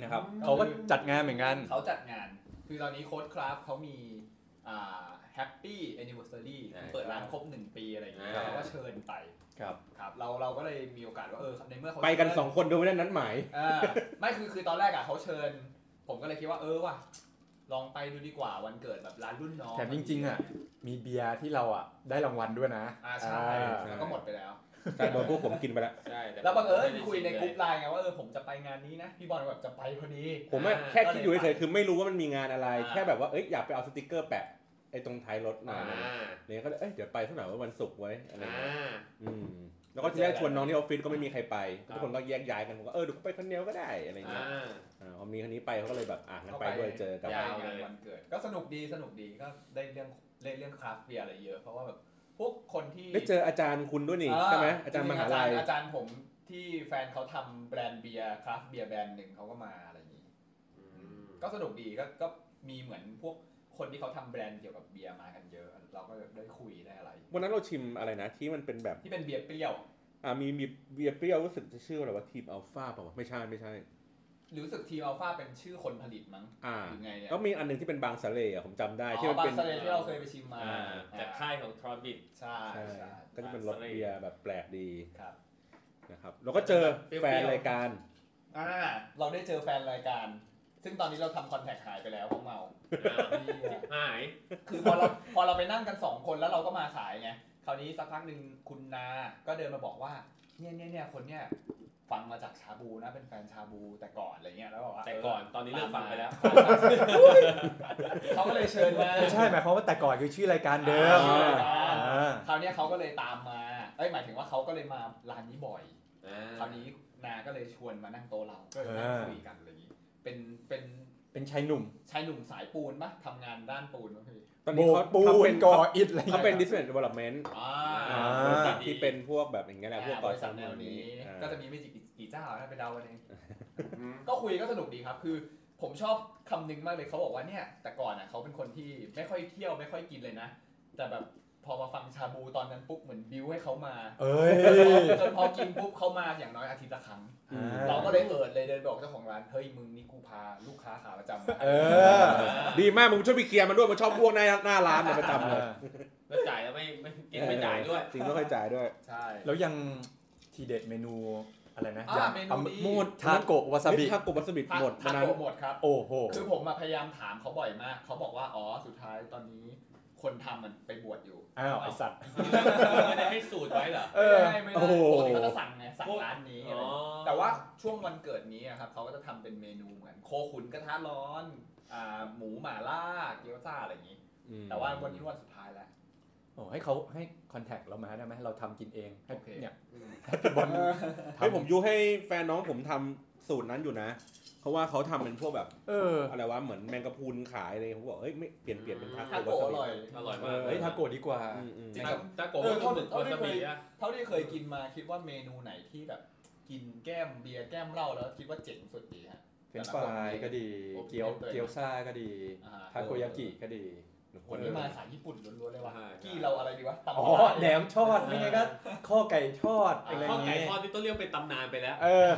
S1: นะครับ
S2: อืม
S1: เขาก็จัดงานเหมือนกัน
S2: เขาจัดงาน คือตอนนี้โค้ดคราฟเขามีอ่าแฮปปี้แอนนิเวอร์ซรี
S3: ใช่
S2: เปิดร้านครบหนึ่งปีอะไรอย่างเงี้ย
S3: ครับ
S2: เขาก็เชิญไป
S1: ครับ
S2: ครับเราเราก็เลยมีโอกาสว่าเออในเมื่อเขา
S4: ไปกัน
S2: เชิญ
S4: สองคนโดยไม่ได้นัดหมาย
S2: เออไม่คือคือตอนแรกอ่ะเขาเชิญ ผมก็เลยคิดว่าเออว่ะลองไปดูดีกว่าวันเกิดแบบร้านรุ่นน้อง
S1: แถมจริงๆอ่ะ มีเบียร์ที่เราอ่ะ ได้รางวัลด้วยนะ
S2: อ่าใช่
S1: อ่า
S4: ใช่
S2: แล้วก็หมดไปแล้ว
S4: แต่โดนพวกผมกินไปแล้ว
S3: ใช่ต่
S2: แล้วบังเอิญ
S3: ไม่ได้
S2: คุยในก
S3: ซีเรี
S2: ลุ่มไลน์ไงว่าเออผมจะไปงานนี้นะพี่บอลแบบจะไปพอดี
S4: ผมอะ
S3: อ่า
S4: แค่คิดอยู่เฉยๆคือไม่รู้ว่ามันมีงานอะไร
S2: อ่า
S4: แค่แบบว่าเอ้ยอยากไปเอาสติกเกอร์แปะไอ้ตรงท้ายรถหน่อย
S3: อ่า
S4: เนี่ยก็เลยเอ้ยเดี๋ยวไปสักหน่อยว่าวันศุกร์ไว้อะไร
S3: อ่
S4: เงี้ย
S3: า
S4: อืมแล้วก็ทีแรกชวนน้องที่ออฟฟิศก็ไม่มีใครไปทุกคนก็แยกย้ายกันผมก็เออเดี๋ยวกูไปคนเดียวก็ได้อะไรเงี้ย
S3: อ่า
S4: อ่าพอมีคนนี้ไปเขาก็เลยแบบอ่ะงั้นไปด้วยเจอกับ
S3: ยาว
S2: ไป
S3: เลย
S2: งนวันเกิด ก็สนุกดีสนุกดีก็ได้เรื่องได้เรื่องคราฟต์เบียร์อะไรเยอะเพราะว่าแบบพวกคนที่
S4: ได้เจออาจารย์คุณด้วยนี่ใช่ไหมอาจารย์มหาลัย
S2: จงๆอจรอาจารย์ผมที่แฟนเขาทำแบรนด์เบียร์คราฟต์เบียร์แบรนด์หนึ่งเขาก็มาอะไรอย่างงี้
S3: อืม
S2: ก็สนุกดีก็ก็มีเหมือนพวกคนที่เขาทำแบรนด์เกี่ยวกับเบียร์มากันเยอะ เราก็ได้คุยได้อะไร
S4: วันนั้นเราชิมอะไรนะที่มันเป็นแบบ
S2: ที่เป็นเบียร์เปรี้ยว
S4: อ่ามีมีเบียร์เปรี้ยวรู้สึกจะชื่ออะไรว่าทีมอัลฟาป่าวะไม่ใช่ไม่ใช่
S2: รู้สึกทีมอัลฟาเป็นชื่อคนผลิตมั้ง
S4: อ่า
S2: หรือไงเนี่ย
S4: ก็มีอันหนึงที่เป็นบางสะเลอ่ะผมจำได้ที่
S2: อ๋อ
S4: มั
S2: น บา
S4: เป็
S2: ง
S4: น
S2: สะเลที่เราเคยไปชิมมา
S3: อ่าจากค่ายของทรอบิท
S2: ใช่
S4: ใช่
S2: ใช่
S4: ก็จะเป็นรส
S3: บางสะเล
S4: เบียร์แบบแปลกดี
S2: ครับ
S4: นะครับแล้วก็เจอ
S3: เปรี้ยวๆ
S4: แฟนรายการ
S2: อ่าเราได้เจอแฟนรายการ ซึ่งตอนนี้เราทำคอนแทคหายไปแล้วเพราะเมา
S3: อ่าหาย
S2: คือพอเราพอเราไปนั่งกันสองคนแล้วเราก็มาสายไงคราวนี้สักพักหนึ่งคุณนา ก็เดินมาบอกว่าเนี่ยเนี่ยเนี่ยคนเนี่ยฟังมาจากชาบูนะเป็นแฟนชาบูแต่ก่อนอะไรเงี้ยแล้วบอกว่า
S3: แต่ก่อนตอนนี้เลิกฟังไปแล้ว
S2: เขาก็เลยเชิญมา
S1: ไม่ใช่หมายความว่าแต่ก่อนคือชื่อรายการเดิม
S4: อ่า
S1: อ่า
S2: คราวเนี้ยเขาก็เลยตามมา เอ้ยหมายถึงว่าเขาก็เลยมาร้านนี้บ่อย
S3: อ่า
S2: คราวนี้นาก็เลยชวนมานั่งโต๊ะเราก็เลยนั่งคุยกันอะไรอย่างนี้ เป็นเป็น
S1: เป็นชายหนุ่ม
S2: ชายหนุ่มสายปูนปะทำงานด้านปูนปะพี่
S4: ตอน
S1: โบ
S4: นี้เขา
S1: กปู
S4: เขา
S1: น
S4: เป็น
S1: ก่อ
S4: เขา
S1: อิฐอะไรอย่าง
S4: เขา
S1: เงี้ย
S4: เป็น business development
S2: อ่า
S1: อ่า
S4: บริษัทที่เป็นพวกแบบอย่างเงี้ยแหละพวก
S2: บ
S4: ก่อ
S2: ริ
S4: ส
S2: ษั
S4: ร้า
S2: ท
S4: ง
S2: แนวนี้
S4: อ่า
S2: ก็จะมีไม่กี่กี่เจ้านะไปเดากันเอง
S3: อืม
S2: ก็คุยก็สนุกดีครับ คือ ผมชอบคำนึงมากเลยเขาบอกว่าเนี่ย แต่ก่อนอ่ะเขาเป็นคนที่ไม่ค่อยเที่ยวไม่ค่อยกินเลยนะ แต่แบบพอมาฟังชาบูตอนนั้นปุ๊บเหมือนบิวให้เขามา
S1: เอ้ย
S2: จนพอกินปุ๊บเขามาอย่างน้อยอาทิตย์ละครั้ง
S1: อ่า
S2: เราก็เลยเอิดเลยเดินไปบอกเจ้าของร้าน เฮ้ยมึงนี่กูพาลูกค้าขาประจำมา
S1: เออ
S4: ดีมากมึงช่วยไปเคลียร์มันด้วยมันชอบพวกหน้าหน้าร้านเนี่ยประจำเลย
S3: แล้วจ่ายแล้วไม่ไม่กินไม่จ่ายด้วย
S4: จริงไม่ค่อยจ่ายด้วย
S2: ใช่
S1: แล้วยังทีเด็ดเมนู อะไรนะ
S2: อ่าย เมนู
S4: เอา
S2: นี้
S4: หมด
S1: ำทาโกะวาซาบิ
S4: ทาโกะวาซาบิ
S2: ทา
S4: หม
S2: ทาม
S4: ดานาน
S2: โกะหมดครับ
S1: โอ้โห
S2: คือผมมาพยายามถามเขาบ่อยมาก เขาบอกว่า อ๋อ สุดท้ายตอนนี้คนทำมันไปบวชอยู่
S1: อ้าวไอสัตว์
S3: ไม่ได้ให้สูตรไว้เหรอ
S1: เออ
S2: ไม่ได้ไม่ได้
S4: โอ้โห
S2: ปกติเขาจะสั่งไง สั่งร้านนี้อะไร
S3: อ๋อ
S2: แต่ว่าช่วงวันเกิดนี้อะครับเขาก็จะทำเป็นเมนูเหมือน โคขุนกระทะร้อนอ่าหมูหม่าล่าเกี๊ยวซ่าอะไรอย่างนี้
S4: อืม
S2: แต่ว่าวันนี้วันสุดท้ายแล้ว
S1: โอ้ให้เขาให้คอนแทคเรามาได้ไหมเราทำกินเองให้
S2: โอเค
S1: เนี่ย
S2: อืม
S1: ให้พี่บอล
S4: เฮ้ยผมยูให้แฟนน้องผมทำสูตรนั้นอยู่นะ เพราะว่าเขาทำเป็นพวกแบบ
S1: เออ
S4: อะไรวะเหมือนแมงกะพรุนขายอะไรผมบอกเฮ้ยไม่เปลี่ยนเปลี่ยนเป็นทา
S2: ทา
S4: โกะ
S2: โกะอ
S4: วา
S2: ร่อย
S4: ซา
S3: อ
S4: บิ
S3: ร่อย
S1: เอ
S3: มาก
S1: อเฮ้ยทาโกะดีกว่า
S4: อืมอืม
S1: จริง
S3: ถ้าถ้าโกะ
S2: เออ
S3: ก็
S2: เขา
S3: ถึง
S2: เขา
S3: วา
S2: ไม่
S3: ซา
S2: เค
S3: บิ
S2: ย
S3: อะ
S2: เท่าที่เคยกินมาคิดว่าเมนูไหนที่แบบกินแก้มเบียร์แก้มเหล้าแล้วคิดว่าเจ๋งสุดดีฮะ
S1: เฟรนช์ฟรายก็ดี
S2: โอเค
S1: เกี๊ยว
S2: เปิด
S1: เกี๊ยวซ่าก็ดี
S2: อ่
S1: ทาโกยากิก็ดี
S2: วันนี้มาสายญี่ปุ่นล้วนๆเลยว่ะ
S3: ใช่
S2: กี่เราอะไรดีวะตำ
S1: อ๋อ
S2: ร้า
S1: แหนมทอดไม่ไงก็ข้อไก่ทอดอะไรอ
S3: ข้าว
S1: ย่าง
S3: ไก่
S1: เงี้ย
S3: ทอดนี่ต้องเรียกเป็นตำนานไปแล้ว
S1: เออ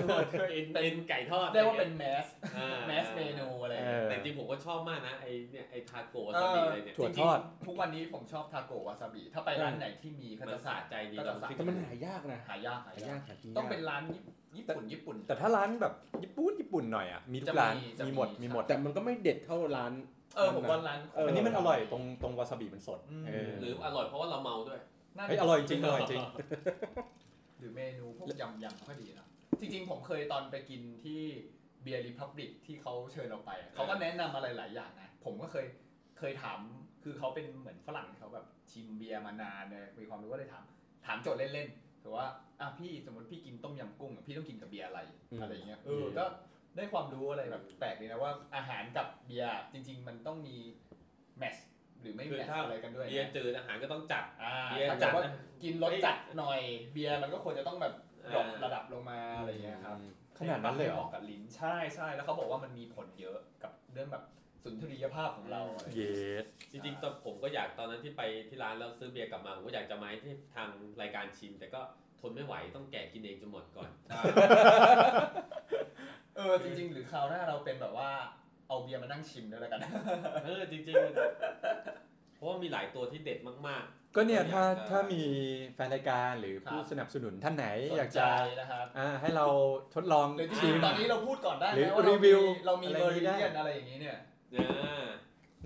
S3: เอ็นเอ็นไก่ทอด
S2: เรียกว่าเป็นแมส
S3: อ่า
S2: แมสเมนูอะไร
S1: เออ
S3: แต่จริงผมก็ชอบมากนะไอเนี่ยไอทาโกะวาซาบิอะไรเนี่ย
S1: ถั่วทอด
S2: จริงๆทุกวันนี้ผมชอบทาโกะวาซาบิ ถ้าไปร้านไหนที่มีเขา
S3: มัน
S2: จะ
S3: สะ
S2: สาด
S3: ใจดี
S2: ก็จะสาด
S4: แต่มันหายากนะ
S2: หายาก
S4: หา
S2: หาาย
S4: ยาก กหากินยาก
S2: ต้องเป็นร้านญี่ปุ่นญี่ปุ่น
S1: แต่ถ้าร้านแบบญี่ปุ่นญี่ปุ่นหน่อยอ่ะมีทุ
S2: จะ
S1: ก
S2: มี
S1: ร้าน
S2: จะมี
S1: มีหมด
S2: ครับ
S1: มีหมด
S4: แต่มันก็ไม่เด็ดเท่าร้าน
S2: เออผมว่าร้าน
S4: เออ
S1: อันนี้มันอร่อยตรงตรงวาซาบิมันสด
S2: อืม
S1: เออ
S3: หรืออร่อยเพราะว่าเราเมาด้วย
S2: น่าจะ
S1: เฮ้ยอร่อยจริงอร่อยจริง
S2: หรือเมนูพวกยำยำก็ดีนะจริง ๆ ผมเคยตอนไปกินที่เบียร์ริพับลิกที่เขาเชิญเราไปอะเขาก็แนะนำอะไรหลายอย่างนะผมก็เคยเคยถามคือเขาเป็นเหมือนฝรั่งเขาแบบชิมเบียร์มานานเลยมีความรู้ก็เลยถาม ถามโจทย์เล่นๆถือว่าอ่ะพี่สมมติพี่กินต้มยำกุ้งอะพี่ต้องกินกับเบียร์อะไร
S4: อืม
S2: อะไรอย่างเงี้ยเออ
S3: อืม
S2: ก็ได้ความรู้อะไรแบบแปลกดีนะว่าอาหารกับเบียร์จริง ๆ มันต้องมีแมชหรือไม่
S3: คือ
S2: แมช
S3: ถ้า
S2: อะไรกันด้วย
S3: เบียร์จืดอาหารก็ต้องจัด
S2: อ่า
S3: เบียร์
S2: ถ้าเกิ
S3: จัด
S2: ดว่า
S3: นะ
S2: กินรสจัดหน่อยเบียร์มันก็ควรจะต้องแบบดรอป
S3: อ่า
S2: ระดับลงมาอะไรอย่างเงี้ยครับ
S1: ขนาดนั้นเลยเหรอ
S2: ให้มาะกับลิ้นใช่ใช่แล้วเขาบอกว่ามันมีผลเยอะกับเรื่องแบบสุนทรียภาพของเราอะไรอย่าง
S1: เย
S2: เงี้ย
S1: ส
S3: จริงๆตอนผมก็อยากตอนนั้นที่ไปที่ร้านแล้วซื้อเบียร์กลับมาผมก็อยากจะมาให้ที่ทางรายการชิม แต่ก็ทนไม่ไหวต้องแกะกินเองจนหมดก่อน
S2: เออจริง ๆ หรือคราวหน้าเราเป็นแบบว่าเอาเบียร์มานั่งชิมด้วยแล้วกัน
S3: เออจริงๆ เพราะว่ามีหลายตัวที่เด็ดมาก
S1: ก็เนี่ยถ้า
S3: อยากจะ
S1: ถ้ามีแฟนรายการหรือ
S2: ครับ
S1: ผู้สนับสนุนท่านไหนอยาก
S2: สนใจ
S1: จะ
S2: นะครับ
S1: อ่าให้เราทดลอง
S2: หรือจ
S1: ชิ
S2: ริง
S1: ม
S2: ๆตอนนี้เราพูดก่อนได้
S1: หรือ
S2: นะว่าเรา
S1: รีวิ
S2: มี
S1: ว
S2: เรามี
S1: อะไร
S2: เบอ
S1: นี้
S2: ร์
S1: ได้
S2: เลียนอะไรอย่างนี้เนี่ย
S3: ๆนะ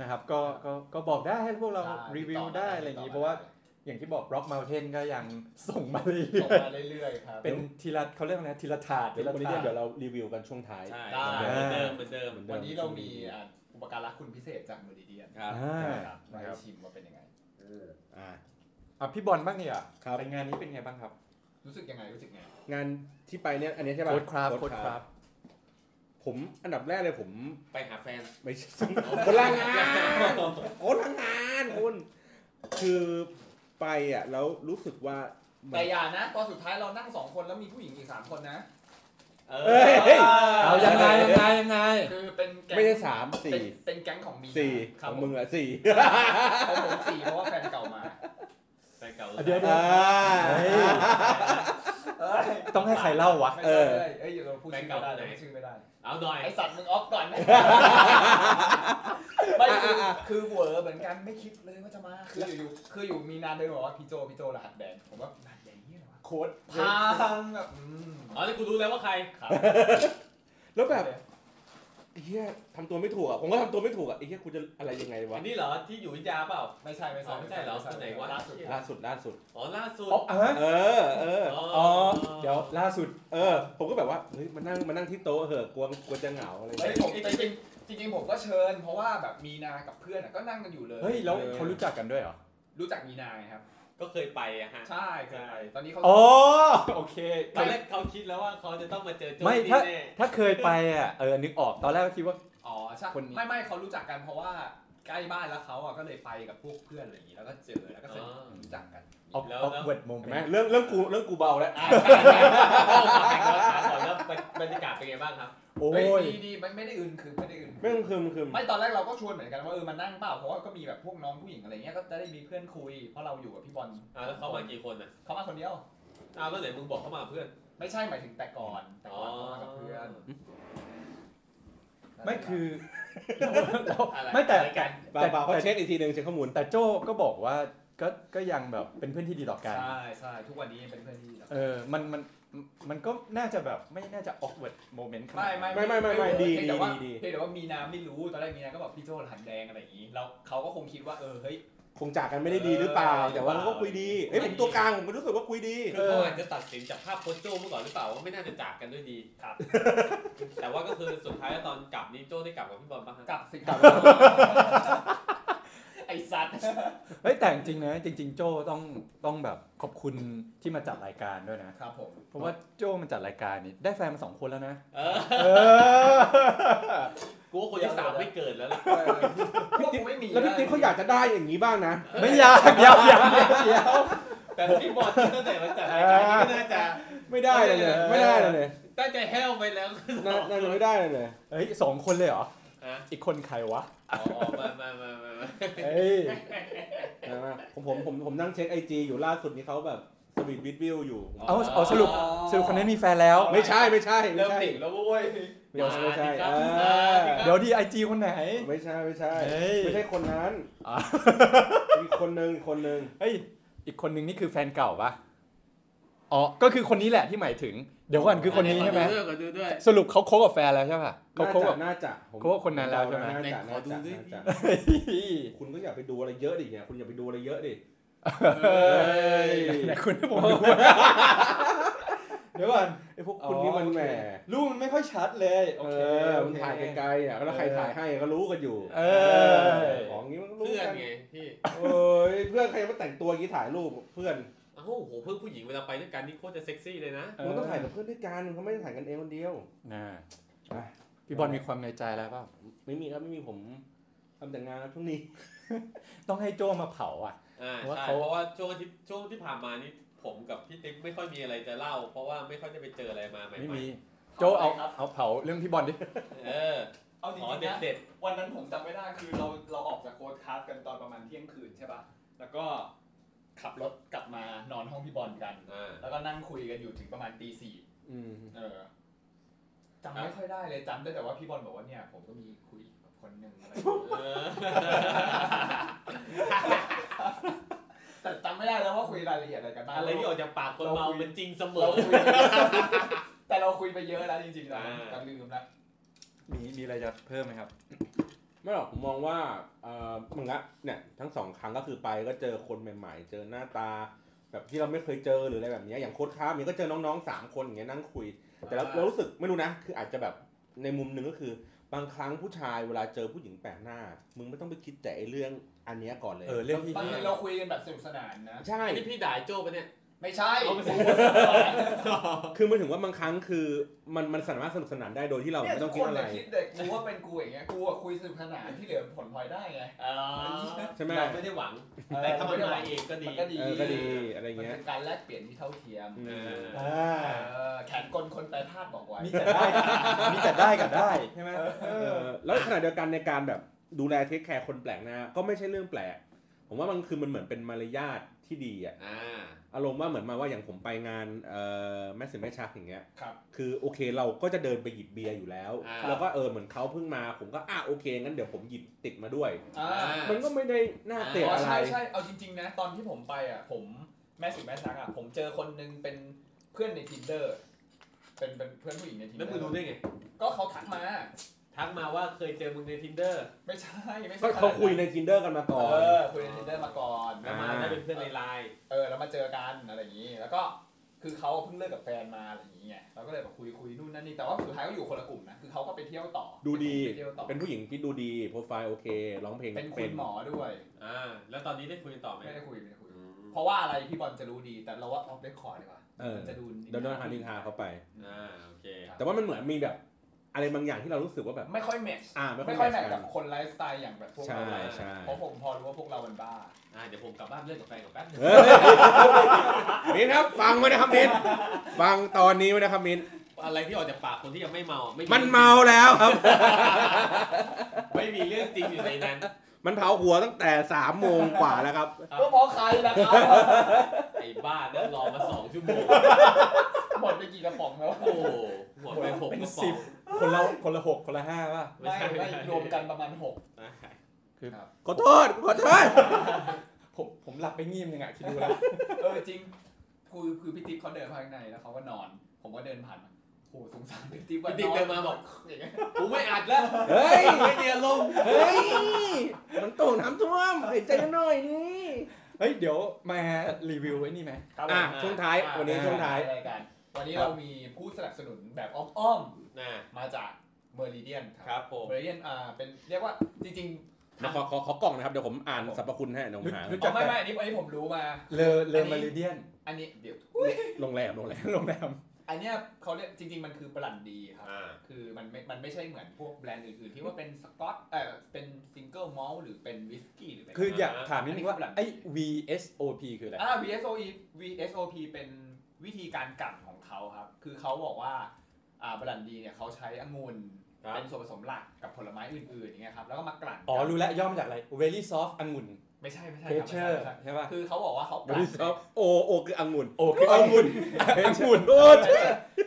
S1: นะครับก็ก็ก็บอกได้ให้พวกเรา
S2: ใช่
S1: รีวิว
S2: ติต่อ
S1: ได้อะไรอย่าง
S2: ติ
S1: นี้
S2: ดต่อ
S1: เพราะว่า
S2: ได้
S1: อย่างที่บอก Rock Mountain ก็ยังส่งมาเรื่
S2: ส่
S1: อง ย
S2: มาเรื่อยๆครับ
S1: ๆเป็นทีละเขาเรียกว่าไงทีละถาด
S4: เดี๋
S1: ที
S4: ยว
S1: ละ
S4: วันนี้
S1: ถาด
S4: เดี๋ยวเรารีวิวกันช่วงท้าย
S3: ใช่
S2: ได้
S3: เหมือนเดิมเหมือนเดิม
S2: วันนี้เรามีอ่ะอุปการะคุณพิเศษจากเมริเดียน
S3: ครับ
S1: อ่า
S2: นะครับมาให้ชิมว่าเป็นยังไง
S4: อ่า
S1: อ่ะพี่บอลบ้างเนี่ย
S4: ครับ
S1: ไปงานนี้เป็นไงบ้างครับ
S2: รู้สึกยังไงรู้สึกไง
S4: งานที่ไปเนี่ยอันนี้ใช่ป่ะ
S1: โค้ดครับ
S4: โค้
S1: โค้
S4: ด
S1: ด
S4: ค
S1: ค
S4: รั
S1: รั
S4: บบ ผมอันดับแรกเลยผม
S3: ไปหาแฟน
S4: ไม่ใช่ คนละงาน โอ้ทางงานคุณ คือไปอ่ะแล้วรู้สึกว่ามัน
S2: แต่อย่านะตอนสุดท้ายเรานั่งสองคนแล้วมีผู้หญิงอีกสามคน นะ
S3: เอ
S4: เอ้
S3: อย
S1: เอายังไงยังไงยังไง
S2: คือเป็นแก๊ง
S4: ไม่ใช่สาม
S2: เป็
S4: สี่
S2: นเป็นแก๊งของมี
S4: สี่
S2: ค
S4: ข
S2: รับ
S4: อง
S2: ผ
S4: มึ
S2: ม
S4: งอ่ะสี่
S2: ของผมสี่เพราะว่าแฟนเก่ามา
S3: แฟนเก่า
S1: เดี๋ยว
S4: อ่า
S2: เอ้ย
S1: ต้องให้ใครเล่าวะ
S2: ไม่
S4: เอ
S2: ใช่เล
S4: อ
S2: ยเอ้ยเดี๋ยวเราพูดชื่อไม่ได้เราพูดชื่อไม่ได้
S3: เอาหน่อย
S2: ไอสัตว์มึงออฟก่อน นะไม่คือคือเหวอเหมือนกันไม่คิดเลยว่าจะมาคืออยู่ๆคืออยู่มีนานเดินบอกว่าพี่โจพี่โจรหัสแดงผมว่ารหัสแดงนี่อะไรวะ
S1: โค้ด
S2: พังแบบอืม
S3: อ๋อนี่กูรู้แล้วว่าใคร
S2: ครับ
S4: แล้วแบบเฮียทำตัวไม่ถูกอ่ะผมก็ทำตัวไม่ถูกอ่ะไอ้เฮียกูจะอะไรยังไงวะ
S3: อันนี้เหรอที่อยู่วิทยาเปล่า
S2: ไม่ใช่ไม่ใช่
S3: อ๋อไม่ใช่เหรอคนไหนวะ
S2: ล่าสุด
S4: ล่าสุดล่าสุด
S3: อ๋อล่าสุด
S1: อ๋อฮะ
S4: เออเออ
S1: อ๋อเดี๋ยวล่าสุด
S4: เออ ผมก็แบบว่าเฮ้ยมานั่งมานั่งที่โต๊ะเหอะกลัวกลัวจะเหงาอะไรอย่าง
S2: เฮ้ย
S4: เงี้ย
S2: ผมจริงๆจริงๆผมก็เชิญ เพราะว่าแบบมีนากับเพื่อนอะก็นั่งกันอยู่เลย
S1: เฮ้ย แล้ว
S4: เออ
S1: เขารู้จักกันด้วยเหรอ
S2: รู้จักมีนาไงครับ
S3: ก็เคยไปอะฮะ
S2: ใช่เคยไปตอนนี้เขา
S1: อ๋อ โอเค
S3: ตอนแรกเขาคิดแล้วว่าเขาจะต้องมาเจอโจ
S1: ไม่
S3: นี่
S1: ถ้า
S3: แน่
S1: ถ้าเคยไปอ่ะ เออ นึกออกตอนแรกก็คิดว่า
S2: อ๋อใช่
S1: คนนี้
S2: ไม่ไม่เขารู้จักกันเพราะว่าใกล้บ้านแล้วเขาอ่ะก็เลยไปกับพวกเพื่อนอะไรอย่างนี้แล้วก็เจอแล้วก็สนิทรู้จักกัน
S1: ออกออกเวิร์ดโมเม
S4: เห็นไหม
S1: นต์
S4: เรื่องเรื่องกูเรื่องกูเบาแล้ว
S2: อ่ะ
S3: เข้ามาแข่งกันแล้วถามก่อนแล้วบรรยากาศเป็นไงบ้างครับ
S1: โอ้
S2: เฮ้ย
S1: ย
S2: ดีดีไม่ไม่ได้อื่นคือไม่ได้อื่น
S4: ไม่ต้องคืมคืม
S2: ไม่ตอนแรกเราก็ชวนเหมือนกันว่าเออมานั่งเปล่าเพราะว่าก็มีแบบพวกน้องผู้หญิงอะไรเงี้ยก็จะได้มีเพื่อนคุย เพราะเราอยู่กับพี่บอล
S3: อ้าวแล้วเขามากี่คนอ่ะ
S2: เขามาคนเดียว
S3: อ้าวแล้วไหนมึงบอกเขามาเพื่อน
S2: ไม่ใช่หมายถึงแต่ก่อนแต่ก่อนเขามากับเพื่อน
S1: ไม่คือเรา
S3: อะไร
S1: ไม่แต่
S3: อะไรกัน
S4: เบาเบาเขาเช็คอีกทีหนึ่งเช็คข้อมูล
S1: แต่โจ้ก็บอกว่า ก็ ก็ยังแบบ เป็นเพื่อนที่ดีต่อกัน
S2: ใช่ใช่ทุกวันนี้ยังเป็นเพื่อนที่ดีครับ
S1: เออ มัน มัน มันก็น่าจะแบบไม่น่าจะ awkward moment ขนาด
S2: ไม่
S1: นั้น
S2: ไม่
S4: ไม่ไม่ไม่ไม่ดี
S2: เพียงแต่ว่า
S4: ดีดี
S2: เพียงแต่ว่ามีนาไม่รู้ตอนแรกมีนาก็บอกพี่โจรหันแดงอะไรอย่างนี้แล้วเขาก็คงคิดว่าเออเฮ้ย
S4: คงจากกันไม่ได้ดีหรือเปล่า
S2: เออ
S4: แต่ว่าเราก็คุยดีเอ้ยผมตัวกลางผมก็รู้สึกว่าคุยดี
S3: คือเขาอาจจะตัดสินจากภาพโคชโจ้เมื่อก่อนหรือเปล่าว่าไม่น่าจะจากกันด้วยดี
S2: ครับ
S3: แต่ว่าก็คือสุดท้ายแล้วตอนกลับนี่โจ้ได้กลับกับพี่บอลปะฮะ
S2: กลับสิครับไอสัตว์
S1: เฮ้ยแต่จริงๆนะจริง ๆ โจ้ต้องต้องแบบขอบคุณที่มาจัดรายการด้วยนะ
S2: ครับผม
S1: เพราะว่าโจ้มันจัดรายการนี่ได้แฟนมาสองคนแล้วนะ
S3: เออ
S1: เออ
S3: กูว่าคนที่สามไม่เกิดแล้วล่ะ
S2: พวกกูไม่มี
S4: แล้วพี่ติ๊กเขาอยากจะได้อย่างนี้บ้างนะ
S1: ไม่อยากอยากอยากอยาก
S3: แต่พี่บอลที่ตั้งแต่มาจัดรายการนี่ก็น่าจะ
S4: ไม่ได้เลยเนี่ยไม่ได้เลยเนี่ย
S3: ตั้งใจแห้วไปแล้ว
S4: น่าน่าจะไม่ได้เลยเนี่ย
S1: เฮ้ยสองคนเลยเหรอ
S3: ฮะ
S1: อีกคนใครวะ
S3: อ๋อมามามามามา
S1: เฮ้ย
S4: นะฮะผมผมผมผมนั่งเช็คไอจีอยู่ล่าสุดนี้เขาแบบสวีทวิดวิวอยู่
S1: เอาเอาสรุปสรุปคนนั้นมีแฟนแล้ว
S4: ไม่ใช่ไม่ใช่ไม่
S2: เริ่ม
S4: ใช่
S2: ติ่งแล้วเว้ย
S4: ไม่ใช่ไม่ใช่เออ
S1: เดี๋ยวดีไอจีคนไหน
S4: ไม่ใช่ไม่ใช่
S1: เฮ้ย
S4: ไม่ใช่คนนั้น
S1: อ่ะ
S4: อีกคนนึงอีกคนนึง
S1: เฮ้ย อีกคนนึงนี่คือแฟนเก่าปะอ๋อ ก็คือคนนี้แหละที่หมายถึง เดี๋ยวก่อนคือคนนี้ใช่ไหม
S3: ขอดูด้วยขอดูด้วย
S1: สรุปเขาคบกับแฟนแล้วใช่ปะเขา
S4: น่า
S1: คบ
S4: จะ
S1: กับ
S4: น่าจะผม
S1: เขาว่าคนนั้นแล้วใช่ไหม
S4: น่าจะ
S3: ไหนข
S4: น่า
S3: อดู
S4: จะ
S3: ด้วย
S4: น่าจะคุณก็อย่าไปดูอะไรเยอะดิเนี่ยคุณอย่าไปดูอะไรเยอะดิ
S3: เอ้ย
S1: ไหนคุณให้ผมดูเดี๋ยวก่อน
S4: ไอพวกคุณนี่มันแหม
S1: รูปมันไม่ค่อยชัดเลยโอ
S4: เอ
S1: เค
S4: อ
S1: โอ
S4: มัน
S1: เค
S4: ถ่ายไกลๆอ่ะ แล้วใครถ่ายให้ก็รู้กันอยู่
S1: เออ
S4: ของนี้มันก็รู้
S3: เพื่อน
S4: กัน
S3: ไงพี่
S4: โอ้ย เพื่อนใครมาแต่งตัวอย่างนี้ถ่ายรูปเพื่อน
S3: เอ้าโหเพื่อนผู้หญิงเวลาไปด้วยกันนี่โคตรจะเซ็กซี่เลยนะ
S1: เออ
S4: มันต้องถ่ายกับเพื่อนด้วยกันเขาไม่ได้ถ่ายกันเองคนเดียว
S1: น่า
S4: อ่ะ
S1: พี่บอลมีความในใจแล้วเปล่า
S4: ไม่มีครับ ไม่มีผมทำแต่งานแล้วช่วงนี้
S1: ต้องให้โจมาเผาอ่ะ
S3: อ่า
S1: เพราะว่า
S3: ใช่
S1: เขา
S3: เพราะว่าช่วงที่ช่วงที่ผ่านมานี่ผมกับพี่ติ๊กไม่ค่อยมีอะไรจะเล่า เพราะว่าไม่ค่อยจะไปเจออะไรมาใหม่
S1: ไม่มี
S2: ๆ
S1: โจเอา
S2: เผาเลยครับ
S1: เอาเผาเรื่องพี่บอลดิ
S3: ๆเออ
S2: เอาจริ
S3: ของ
S2: ๆนะ
S3: เด็ด
S2: วันนั้นผมจำไม่ได้คือเราเราออกจากโค้ดคราฟกันตอนประมาณเที่ยงคืนใช่ปะแล้วก็ขับรถกลับมานอนห้องพี่บอลกัน
S3: ๆอ่า
S2: แล้วก็นั่งคุยกันอยู่ถึงประมาณตีสี่
S4: อืม
S2: เออจำไม่ค่อยได้เลยจำได้แต่ว่าพี่บอลบอกว่าเนี่ยผมก็มีคุยกับคนหนึ่งอะไรอย่างเงี้ย
S3: เออ
S2: แต่จำไม่ได้แล้วว่าคุยรายละเอียดอะไรกันบ้าง
S3: อะไรที่ออกจากปากคนเมามันจริงเสม
S2: เรา
S3: อ
S2: คุย แต่เราคุยไปเยอะแล้วจริงๆนะ
S3: อ่า
S2: แต่ลืมละ
S1: มีมีอะไรจะเพิ่มไหมครับ
S4: ไม่หรอก ผมมองว่าเออมึงละเนี่ย ทั้งสองครั้งก็คือไปก็เจอคนใหม่ ๆ เจอหน้าตา แบบที่เราไม่เคยเจอหรืออะไรแบบเนี้ยอย่างโค้ดค้ามีก็เจอน้องๆสามคนอย่างเงี้ยนั่งคุย แต่เราเรารู้สึกไม่รู้นะ คืออาจจะแบบในมุมหนึ่งก็คือบางครั้งผู้ชายเวลาเจอผู้หญิงแปลกหน้า มึงไม่ต้องไปคิดแต่ไอ้เรื่องอันเนี้ยก่อนเลย
S1: เออเรื่องที่
S2: บางทีเราคุยกันแบบสนุกสนานนะ
S4: ใช่
S3: อันนี้พี่ด่าไอ้โจ้ปะเนี่ย
S2: ไม่ใช่
S3: เอาไปสิ
S4: คือมันถึงว่าบางครั้งคือมันมันสามารถสนุกสนานได้โดยที่เรา
S2: เนี่ย
S4: ไม่
S2: ทุ
S4: ต้อก
S2: ค
S4: งคิด
S2: น
S4: อะไร
S2: จะคิดเด็กกูว่าเป็นกูอย่างเงี้ยกูอะคุยสนุกสนานที่เหลือผลพลอยได้ไง
S3: อ๋อ
S4: ใช่ไหม
S3: เราไม่ได้หวัง แต่ถ้ามันมาเองก็ดี
S2: มันก็ดี
S4: เออก็ดีอะไร
S2: มัน
S4: เงี้ย
S2: เป็นการแลกเปลี่ยนที่เท่าเทียม
S4: อืม
S3: เออ
S1: อ่า
S2: เออแขนกลคนแปรธาตุบอกไว้
S1: มีแต่ได้มีแต่ได้กับได้ใช่ไหม
S4: เออแล้วขณะเดียวกันในการแบบดูแลเทคแคร์คนแปลกหน้าก็ไม่ใช่เรื่องแปลก ผมว่ามันคือมันเหมือนเป็นมารยาทที่ดีอะ
S3: อ่า
S4: อารมณ์ว่าเหมือนมาว่าอย่างผมไปงานเอ่อแม่สิแม่ชักอย่างเงี้ย
S2: ครับ
S4: คือโอเคเราก็จะเดินไปหยิบเบียร์อยู่แล้ว
S3: อ่า
S4: แล้วก็เออเหมือนเขาเพิ่งมาผมก็อ่ะโอเคงั้นเดี๋ยวผมหยิบติดมาด้วย
S2: อ่า
S3: อ่า
S4: มันก็ไม่ได้น่าเตะ
S2: อ๋อ
S4: อะไร
S2: ใช่ใช่เอาจริง ๆ นะ ตอนที่ผมไปอ่ะ ผมแม่สิแม่ซักอ่ะ ผมเจอคนนึงเป็นเพื่อนใน tinder เป็นเป็นเพื่อนผู้หญิงใน tinder
S3: แล้วมึงรู้ได้ไง
S2: ก็เขาทักมา
S3: ทักมาว่าเคยเจอมึงใน tinder
S2: ไม่ใช่ไม่ใช่
S4: ก็เขาคุยใน tinder กันมาก่อน
S2: เออคุยใน tinder มาก่อน
S3: แล้วมาได้เป็นเพื่อนในไลน์
S2: เออแล้วมาเจอกันอะไรอย่างนี้ แล้วก็คือเขาเพิ่งเลิกกับแฟนมาอะไรอย่างนี้ไงเราก็เลยแบบคุยคุยนู่นนั่นนี่แต่ว่าสุดท้ายก็อยู่คนละกลุ่มนะคือเขาก็ไปเที่ยวต่อ
S4: ดูดี
S2: ไปเที่ยวต่อ
S4: เป็นผู้หญิงที่ดูดีโปรไฟล์โอเคร้องเพลง
S2: เป็นคุณหมอด้วย
S3: อ่าแล้วตอนนี้ได้คุยกันต่อไหม
S2: ไม่ได้คุยไม่ได้คุย
S3: อืม
S2: เพราะว่าอะไรพี่บอลจะรู้ดีแต่เราว่าออฟเรคคอร์ดดีกว่า
S4: เออ
S2: มันจะดู
S4: เดินโดนหานินทาเขาไป
S3: อ่าโอเค
S4: แต่ว่ามันเหมือนมีแบบ อะไรบางอย่างที่เรารู้สึกว่าแบบ
S2: ไม่ค่อยแมทช์
S4: อ่าไม่
S2: ไม่
S4: ค่
S2: ค่
S4: อ
S2: อย ย
S4: แม
S2: แม
S4: ท
S2: ท
S4: ช์
S2: ช์
S4: กั
S2: กัน บคนไลฟ์สไตล์อย่างแบบพวก
S4: ใช่
S2: เราอะ
S4: ใช่
S2: เพราะผมพอรู้ว่าพวกเรามันบ้า
S3: อ่าเดี๋ยวผมกลับบ้านเลิกกับแฟนกับแป๊บนึง
S4: เฮ้ยมินครับฟังไว้นะครับมินฟังตอนนี้ไว้นะครับมิน
S3: อะไรที่ออกจากปากคนที่ยังไม่เมาอ่ะไ
S4: มันเมาแล้วครับ
S3: ไม่มีเรื่องจริงอยู่ในนั้น
S4: มันเผาหัวตั้งแต่สามโมงกว่าแล้วครับ
S2: ก็เพราะใครนะครับ
S3: ไอ้บ้านั่นรอมาสองชั่วโมง
S2: หมดไปกี่กระป๋องแล้ว
S3: โอ้โหหมดไปหก
S1: เป็น
S3: กระป๋อ
S1: สิ
S3: ง
S1: บคนละคนละหกคนละห้าป่ะ
S2: ไม่ไม่รวมกันประมาณหก
S3: อ่ะ
S4: ขอโทษขอโทษ
S1: ผมผมหลับไปงีบนึงอ่ะคิดดูแล้ว
S2: เออจริง คือคือพี่ติ๊กเขาเดินมาข้างในแล้วเขาก็นอน ผมก็เดินผ่านมาโหสงสารพี่ติ๊กว่ะ
S3: พี่ติ๊ก
S2: อ
S3: เดินมาบอก
S2: อย่างเงี้ย
S3: กูไม่อัดแล้ว
S4: เฮ้ย
S3: ไม่เดียนลง
S4: เฮ้ย มันโต่งน้ำท่วมเห็นใจกันหน่อยนี่
S1: เฮ้ยเดี๋ยวมารีวิวไอ้นี่ไหม
S2: ครับ
S4: อ่ะ
S2: ผม
S4: ช่วงท้าย
S2: อ่ะ
S4: วันนี้
S1: อ่ะ
S4: ช่วงท้าย
S2: รายการวันนี้
S4: ครับ
S2: เรามีผู้สนับสนุนแบบอ้อม
S3: นะ
S2: ๆมาจากเมอริเดียน
S3: ครับผม
S2: เมอริเดียนอ่าเป็นเรียกว่าจริง
S4: มาขอขอขอกล่องนะครับ เดี๋ยวผมอ่านสรรพคุณให้น้องหา
S1: รู้
S2: ๆ
S1: จั
S2: อ๋อก ไม่
S1: แต่
S2: ไม่อันนี้อันนี้ผมรู้มา
S1: เลอเลอมาริเดียน
S2: อันนี้เดี๋ยว
S4: โรงแรมโรงแรม
S1: โรงแรม
S2: อันเนี้ยเขาเรียกจริง ๆ มันคือบรันดีครับ
S3: อ่า
S2: คือมันไม่ มันไม่ใช่เหมือนพวกแบรนด์อื่นๆ ที่ว่าเป็นสกอต เออเป็นซิงเกิลมอลหรือเป็นวิสกี้หรือเป็น
S1: คืออยาก
S3: อ่า
S1: ถามนิดนึงว่าไอ้ VSOP คืออะไร
S2: อ่า VSOE VSOP เป็นวิธีการกลั่นของเขาครับ คือเขาบอกว่า อ่าบรันดีเนี่ยเขาใช้องุ่น
S3: ครับ
S2: เป็นส่วนผสมหลักกับผลไม้อื่นๆอย่างเงี้ยครับ แล้วก็มากลั่น
S1: อ๋อ รู้แล้วย่อมาจากอะไร very soft องุ่น
S2: ไม่ใช่ไม่ใช่ครับไม่
S1: pressure
S2: ใช่ไม่ใช่
S1: ใช่ป่ะ
S2: คือเขาบอกว่าเขาก
S4: บ
S2: ลั่น
S4: ริษัทโอโอคือองุ่น
S1: โอเคองุ่น องุ่น
S4: โอ้ย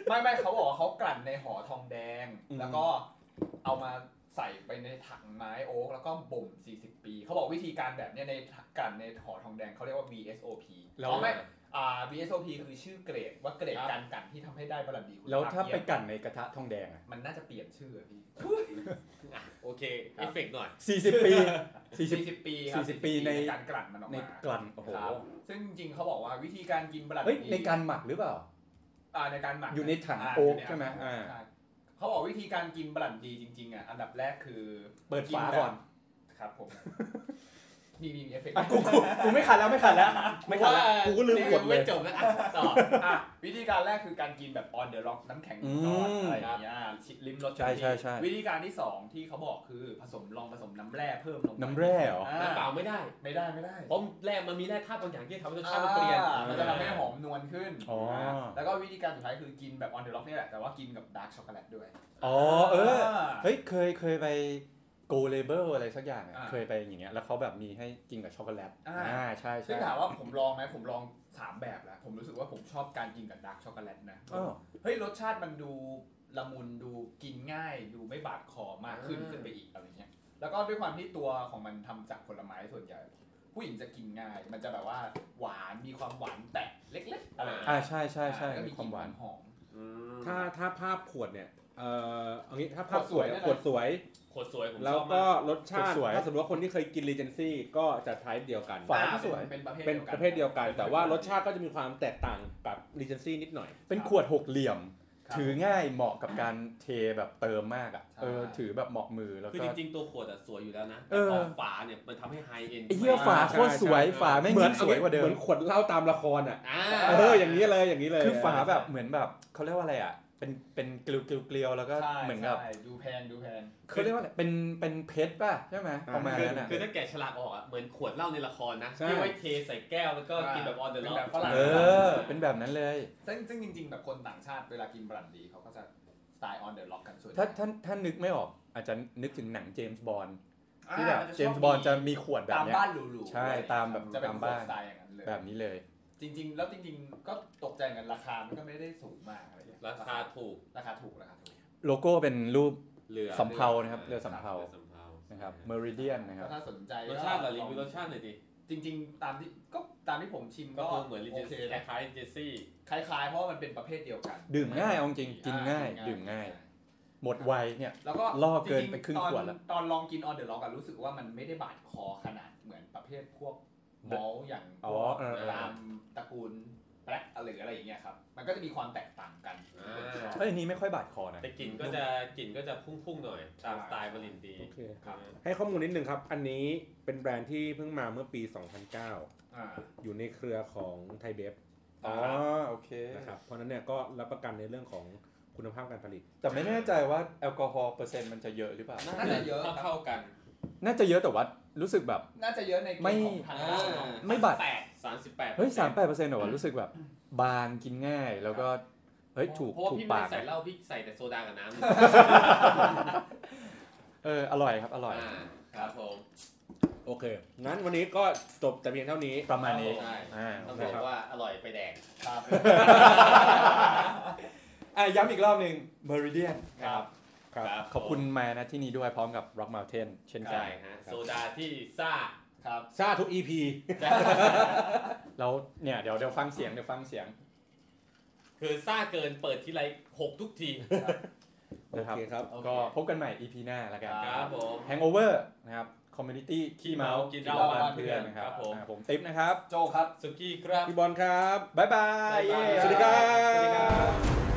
S2: ไม่ไม่เขาบอกว่าเขากลั่นในห่อทองแดง
S1: อืม
S2: แล้วก็เอามาใส่ไปในถังไม้โอ๊กแล้วก็บ่ม 40 ปี เขาบอกวิธีการแบบเนี้ยในกลั่นในห่อทองแดงเขาเรียกว่า VSOP
S1: แล้ว
S2: อ๋อไม่อ่า VSOP คือชื่อเกรดว่าเกรด
S3: ครับ
S2: การกลั่นที่ทำให้ได้บรันดีคุณ
S1: แล้ว
S2: ภพ
S1: ถ้า
S2: เยี่
S1: ไป
S2: ยม
S1: กั่นในกระทะทองแดงอะ
S2: มันน่าจะเปลี่ยนชื่ออะพี่
S3: อ่ะโอเค
S2: ครั
S3: เอบ ฟเฟกต์หน่อย
S1: 40 ปี 40
S2: 40 ปีครับ
S1: 40ปีใน
S2: การกลั่นมันออก
S1: ใน
S2: มาก
S1: ลั่น โอ้โห
S2: ครับซึ่งจริงๆเขาบอกว่าวิธีการกินบรัน
S1: เฮ้ย
S2: ดี
S1: ในการหมักหรือเปล่า
S2: อ่าในการหมัก
S1: อยู่ในถัง
S2: า
S1: โอ๊ก
S2: ยู่น
S1: ใช่ไหม
S2: ถัง
S1: อ่า
S2: ใช่เขาบอกวิธีการกินบรันดีจริงๆอ่ะอันดับแรกคือ
S1: เปิดฝาก่อน
S2: ครับ ผมมีมีมีเอฟเฟกต์
S1: อ่ะกูกูกูไม่ขันแล้วไม่ขันแล้ว ไม่ขันแล้ว
S4: กูก็ลืมกดเลย
S3: ไม่จบแล้วอ่ะต่อ
S2: อ่ะวิธีการแรกคือการกินแบบออนเดอะร็อกน้ำแข็ง
S1: อืม
S2: ก่อนอะไรอย่างเงี้ยชิลิ้มรส
S1: ใช่ใช่ใช่
S2: วิธีการที่สองที่เขาบอกคือผสมลองผสมน้ำแร่เพิ่มลงไป
S1: น้ำแร่เหรอ
S2: า
S3: น้ำเปล่าไม่ได้
S2: ไม่ได้ไม่ได้
S3: เพราะแร่มันมีแร่ธาตุบางอย่างที่ทำให้รส
S2: อ่
S3: ชาติมันเปลี่ยน
S2: มันจะทำให้หอมนวลขึ้น
S1: อ๋อ
S2: นะแล้วก็วิธีการสุดท้ายคือกินแบบออนเดอ o ล็อกนี่ยแหละ แต่ว่ากินกับดาร์กช็อกโกแลตด้วย
S1: อ๋อ เออ
S2: า
S1: เฮ้ย เคย เคยไป Go Label อะไรสักอย่างอะ
S2: อ่า
S1: เคยไปอย่างเงี้ย แล้วเขาแบบมีให้กินกับช็อกโกแลต
S2: อ่า
S1: อ่า ใช่
S2: ซึ่
S1: ใช่
S2: งถามว่าผมลองไหมผมลอง 3 แบบแล้ว ผมรู้สึกว่าผมชอบการกินกับดาร์กช็อกโกแลตนะ
S1: อ้าว
S2: เฮ้ย รสชาติมันดูละมุนดูกินง่าย ดูไม่บาดคอมากขึ้น
S3: อ่า
S2: ขึ้นไปอีกอะไรเงี้ย แล้วก็ด้วยความที่ตัวของมันทำจากผลไม้ส่วนใหญ่ ผู้หญิงจะกินง่าย มันจะแบบว่าหวานมีความหวานแตะเล็กๆอะไร
S1: อ่า ใช่ใช่ใช่
S2: แล้วก็
S1: มีความหวาน
S2: กลิ่หอม
S3: อืม
S4: ถ้าถ้าภาพขวดเนี่ย เอ่อเอางี้ถ้าภาพ
S2: ขวดสว
S4: สว
S2: ย ย
S4: ขวดสวย
S3: ขวดสวยผมช
S4: แล้ว
S3: อบ
S4: ก็
S3: มาก
S4: รสชา
S1: ข
S4: ติ
S1: วดสวย
S4: ถ้าสมมติว่าคนที่เคยกิน Regency ก็จะไทป์เดียวกัน
S1: ฝา
S2: อ่
S1: สวย
S2: เป็นประเภท
S4: เป็น
S2: ดียวกั
S4: ประเภทเดียวกัน แต่ว่ารสชาติก็จะมีความแตกต่างกับ Regency นิดหน่อย
S1: เป็นขวดหกเหลี่ยม
S2: ครับ
S1: ถือง่ายเหมาะกับการเทแบบเติมมากอ่ะ
S2: ใช่
S1: เออ ถือแบบเหมาะมือแล้ว
S3: คือ
S1: ก็
S3: จริงๆ ตัวขวดอะสวยอยู่แล้วนะ
S1: เออ
S3: แต่พอฝาเนี่ยมันทำให้ไฮเอ็น
S1: ไอ้เหี้ยฝาโคตรสวย ฝาไม่ง
S4: เหมื
S1: ยิ่
S4: น
S1: งสวยกว่าเดิ
S4: เหมื
S1: ม
S4: อนขวดเหล้าตามละครอ่ะ
S3: อ่า
S4: เอออย่างนี้เลยอย่างนี้เลย
S1: คือฝาแบบเหมือนแบบเขาเรียกว่าอะไรอ่ะ เป็นเป็นเกลียวเกลียวเกลียวแล้วก็
S2: ใช่
S1: เหมือนกับ
S2: ใช่ดูแพงดูแพง
S1: เขาเรียกว่าอะไรเป็นเป็นเพชรป่ะใช่ไหมประมาณ
S3: คือ
S1: นั้นอ่ะ
S3: คือถ้าแกะฉลากออกอะเหมือนขวดเหล้าในละครนะ
S2: ใช่
S3: ที่ไว้เทใส่แก้วแล้วก็กินแบบออนเดอะ
S2: เป็น
S3: ล็อ
S2: แบบฝรั่ง
S1: เออ เป็นแบบนั้นเลย
S2: ซึ่งซึ่งจริงๆ แบบคนต่างชาติเวลากินบรันดีเขาก็จะสไตล์ออนเดอะล็อกกันส่วน
S1: ถ้าถ้าถ้านึกไม่ออก อาจจะนึกถึงหนังเจมส์บอนด์
S2: อ่า
S1: ที่แบบ
S2: น
S1: เจมส์บอนด์จะมีขวดแบ
S2: ตา
S1: บ
S2: ม
S1: เนี้ย
S2: บ้านหรูๆ
S1: ใช่
S2: อะไรอย่งเงี้ย
S1: ตามแบบ
S2: จะเป็น
S1: ตาม
S2: บ้า
S1: บ้าน
S2: นสไตล์อย่างนั้นเลย
S1: แบบนี้เลย
S2: จริง ๆ แล้วจริงๆ ก็ตกใจเหมือนกันราคามันก็ไม่ได้สูงมากอะไรอย่างเงี้ย
S3: ราคาถูก
S2: ราคาถูกราคาถูก
S1: โลโก้เป็นรูป
S3: เรือ
S1: สำเภานะครับเรือสำเภา
S3: สำเภา
S1: นะครับ Meridian นะค
S2: ก็
S1: รับ
S2: ถ้าสนใจ
S3: ร
S2: ก็
S3: สชาติเหรอรีวิวรสชาติหน่อยดิ
S2: จริง ๆ ตามที่ก็ตามที่ผมชิม
S3: ก็
S2: ก็
S3: คือเหมือนลิเจ
S2: โอเค
S3: คล้ายๆลิเจซี่
S2: คล้ายๆ เพราะว่ามันเป็นประเภทเดียวกัน
S1: ดื่มง่ายเอาจริง
S2: อ่
S1: กินง่ายดื่มง่าย หมดไวเนี่ย
S2: แล้วก็
S1: ล่อเกินไป
S2: จงๆ
S1: ครึ่งขวดละ
S2: ตอนตอนลองกินออนเดอะล็อกอะรู้สึกว่ามันไม่ได้บาดคอขนาดเหมือนประเภทพวกมอลอย่างพ
S1: อ๋อ
S2: วก
S1: เออเออ
S2: ตามตระกูลแบล็คหรืออะไรอย่างเงี้ยครับ มันก็จะมีความแตกต่างกัน
S3: อ่า
S1: เอ้ยอันนี้ไม่ค่อยบาดคอนะ
S3: แต่กลิ่นก็จะกลิ่นก็จะพุ่งๆหน่อยตามสไตล์บรินดี
S4: โอเค
S3: ครับ
S4: ให้ข้อมูลนิดนึงครับ อันนี้เป็นแบรนด์ที่เพิ่งมาเมื่อปี 2009
S2: อ่า
S4: อยู่ในเครือของไทยเบฟ
S1: อ๋อโอเค
S4: นะครับเพราะฉะนั้นเนี่ยก็รับประกันในเรื่องของคุณภาพการผลิต
S1: แต่ไม่แน่ใจว่าแอลกอฮอล์เปอร์เซ็นต์มันจะเยอะหรือเปล่า
S2: น่าจะเยอะ
S3: เท่าๆกัน
S1: น่าจะเยอะแต่ว่ารู้สึกแบบ
S2: น่าจะเยอะในก
S1: ไม่
S2: ลุ่มของทางเรา เนอะ
S1: ไม่บาด
S3: แปดสามสิบแปด
S1: เฮ้ยสามแปดเปอร์เซ็นต์หรอวะรู้สึกแบบ บางกินง่ายแล้วก็เฮ้ยถูก
S3: เพราะว่า
S1: ถูก
S3: พี่ไม่
S1: ปาก
S3: ได้ใส่เหล้าพี่ใส่แต่โซดากับน้ำ
S1: เอออร่อยครับอร่อย
S3: าครับผม
S4: โอเค งั้นวันนี้ก็จบแต่เพียงเท่านี้
S1: ประมาณนี้
S3: ใช่
S1: อ่า
S3: ต้อง
S1: โอเค
S3: บอก
S1: ครับ
S3: ว่าอร่อยไปแดก
S2: ครับ
S1: อ่ะย้ำอีกรอบหนึ่ง Meridian
S2: ครับ
S1: ครับ
S3: ครับ
S1: ขอบคุณมานะที่นี่ด้วยพร้อมกับ Rock Mountain เช่นกั
S3: ใช่
S1: น
S3: ฮะโซดาที่ซ่า
S2: ครับ
S4: ซาทุก EP
S1: เราเนี่ยเดี๋ยวเดี๋ยวฟังเสียงเดี๋ยวฟังเสียง
S3: คือซ่าเกินเปิดทีไรหกทุกที
S4: โอ
S1: นะครับ
S4: เคครับ
S3: โอเค
S1: ก็พบกันใหม่ EP หน้าแล้วกัน
S3: ครับผม
S1: Hangover นะครับ Community ขี้เมา
S3: กิ
S1: กิ
S3: นเหล้าบ้านเพื่อน
S1: นะครับ
S3: ครับผม
S1: อ่าผมติ๊บนะครับ
S2: โจครับ
S3: สุกี้ครับ
S4: พี่บอลครับ
S1: บ๊ายบาย
S3: บ๊ายบาย
S1: เย้
S4: สวัสดีครั
S1: ส
S4: บ
S1: วัสดีครับ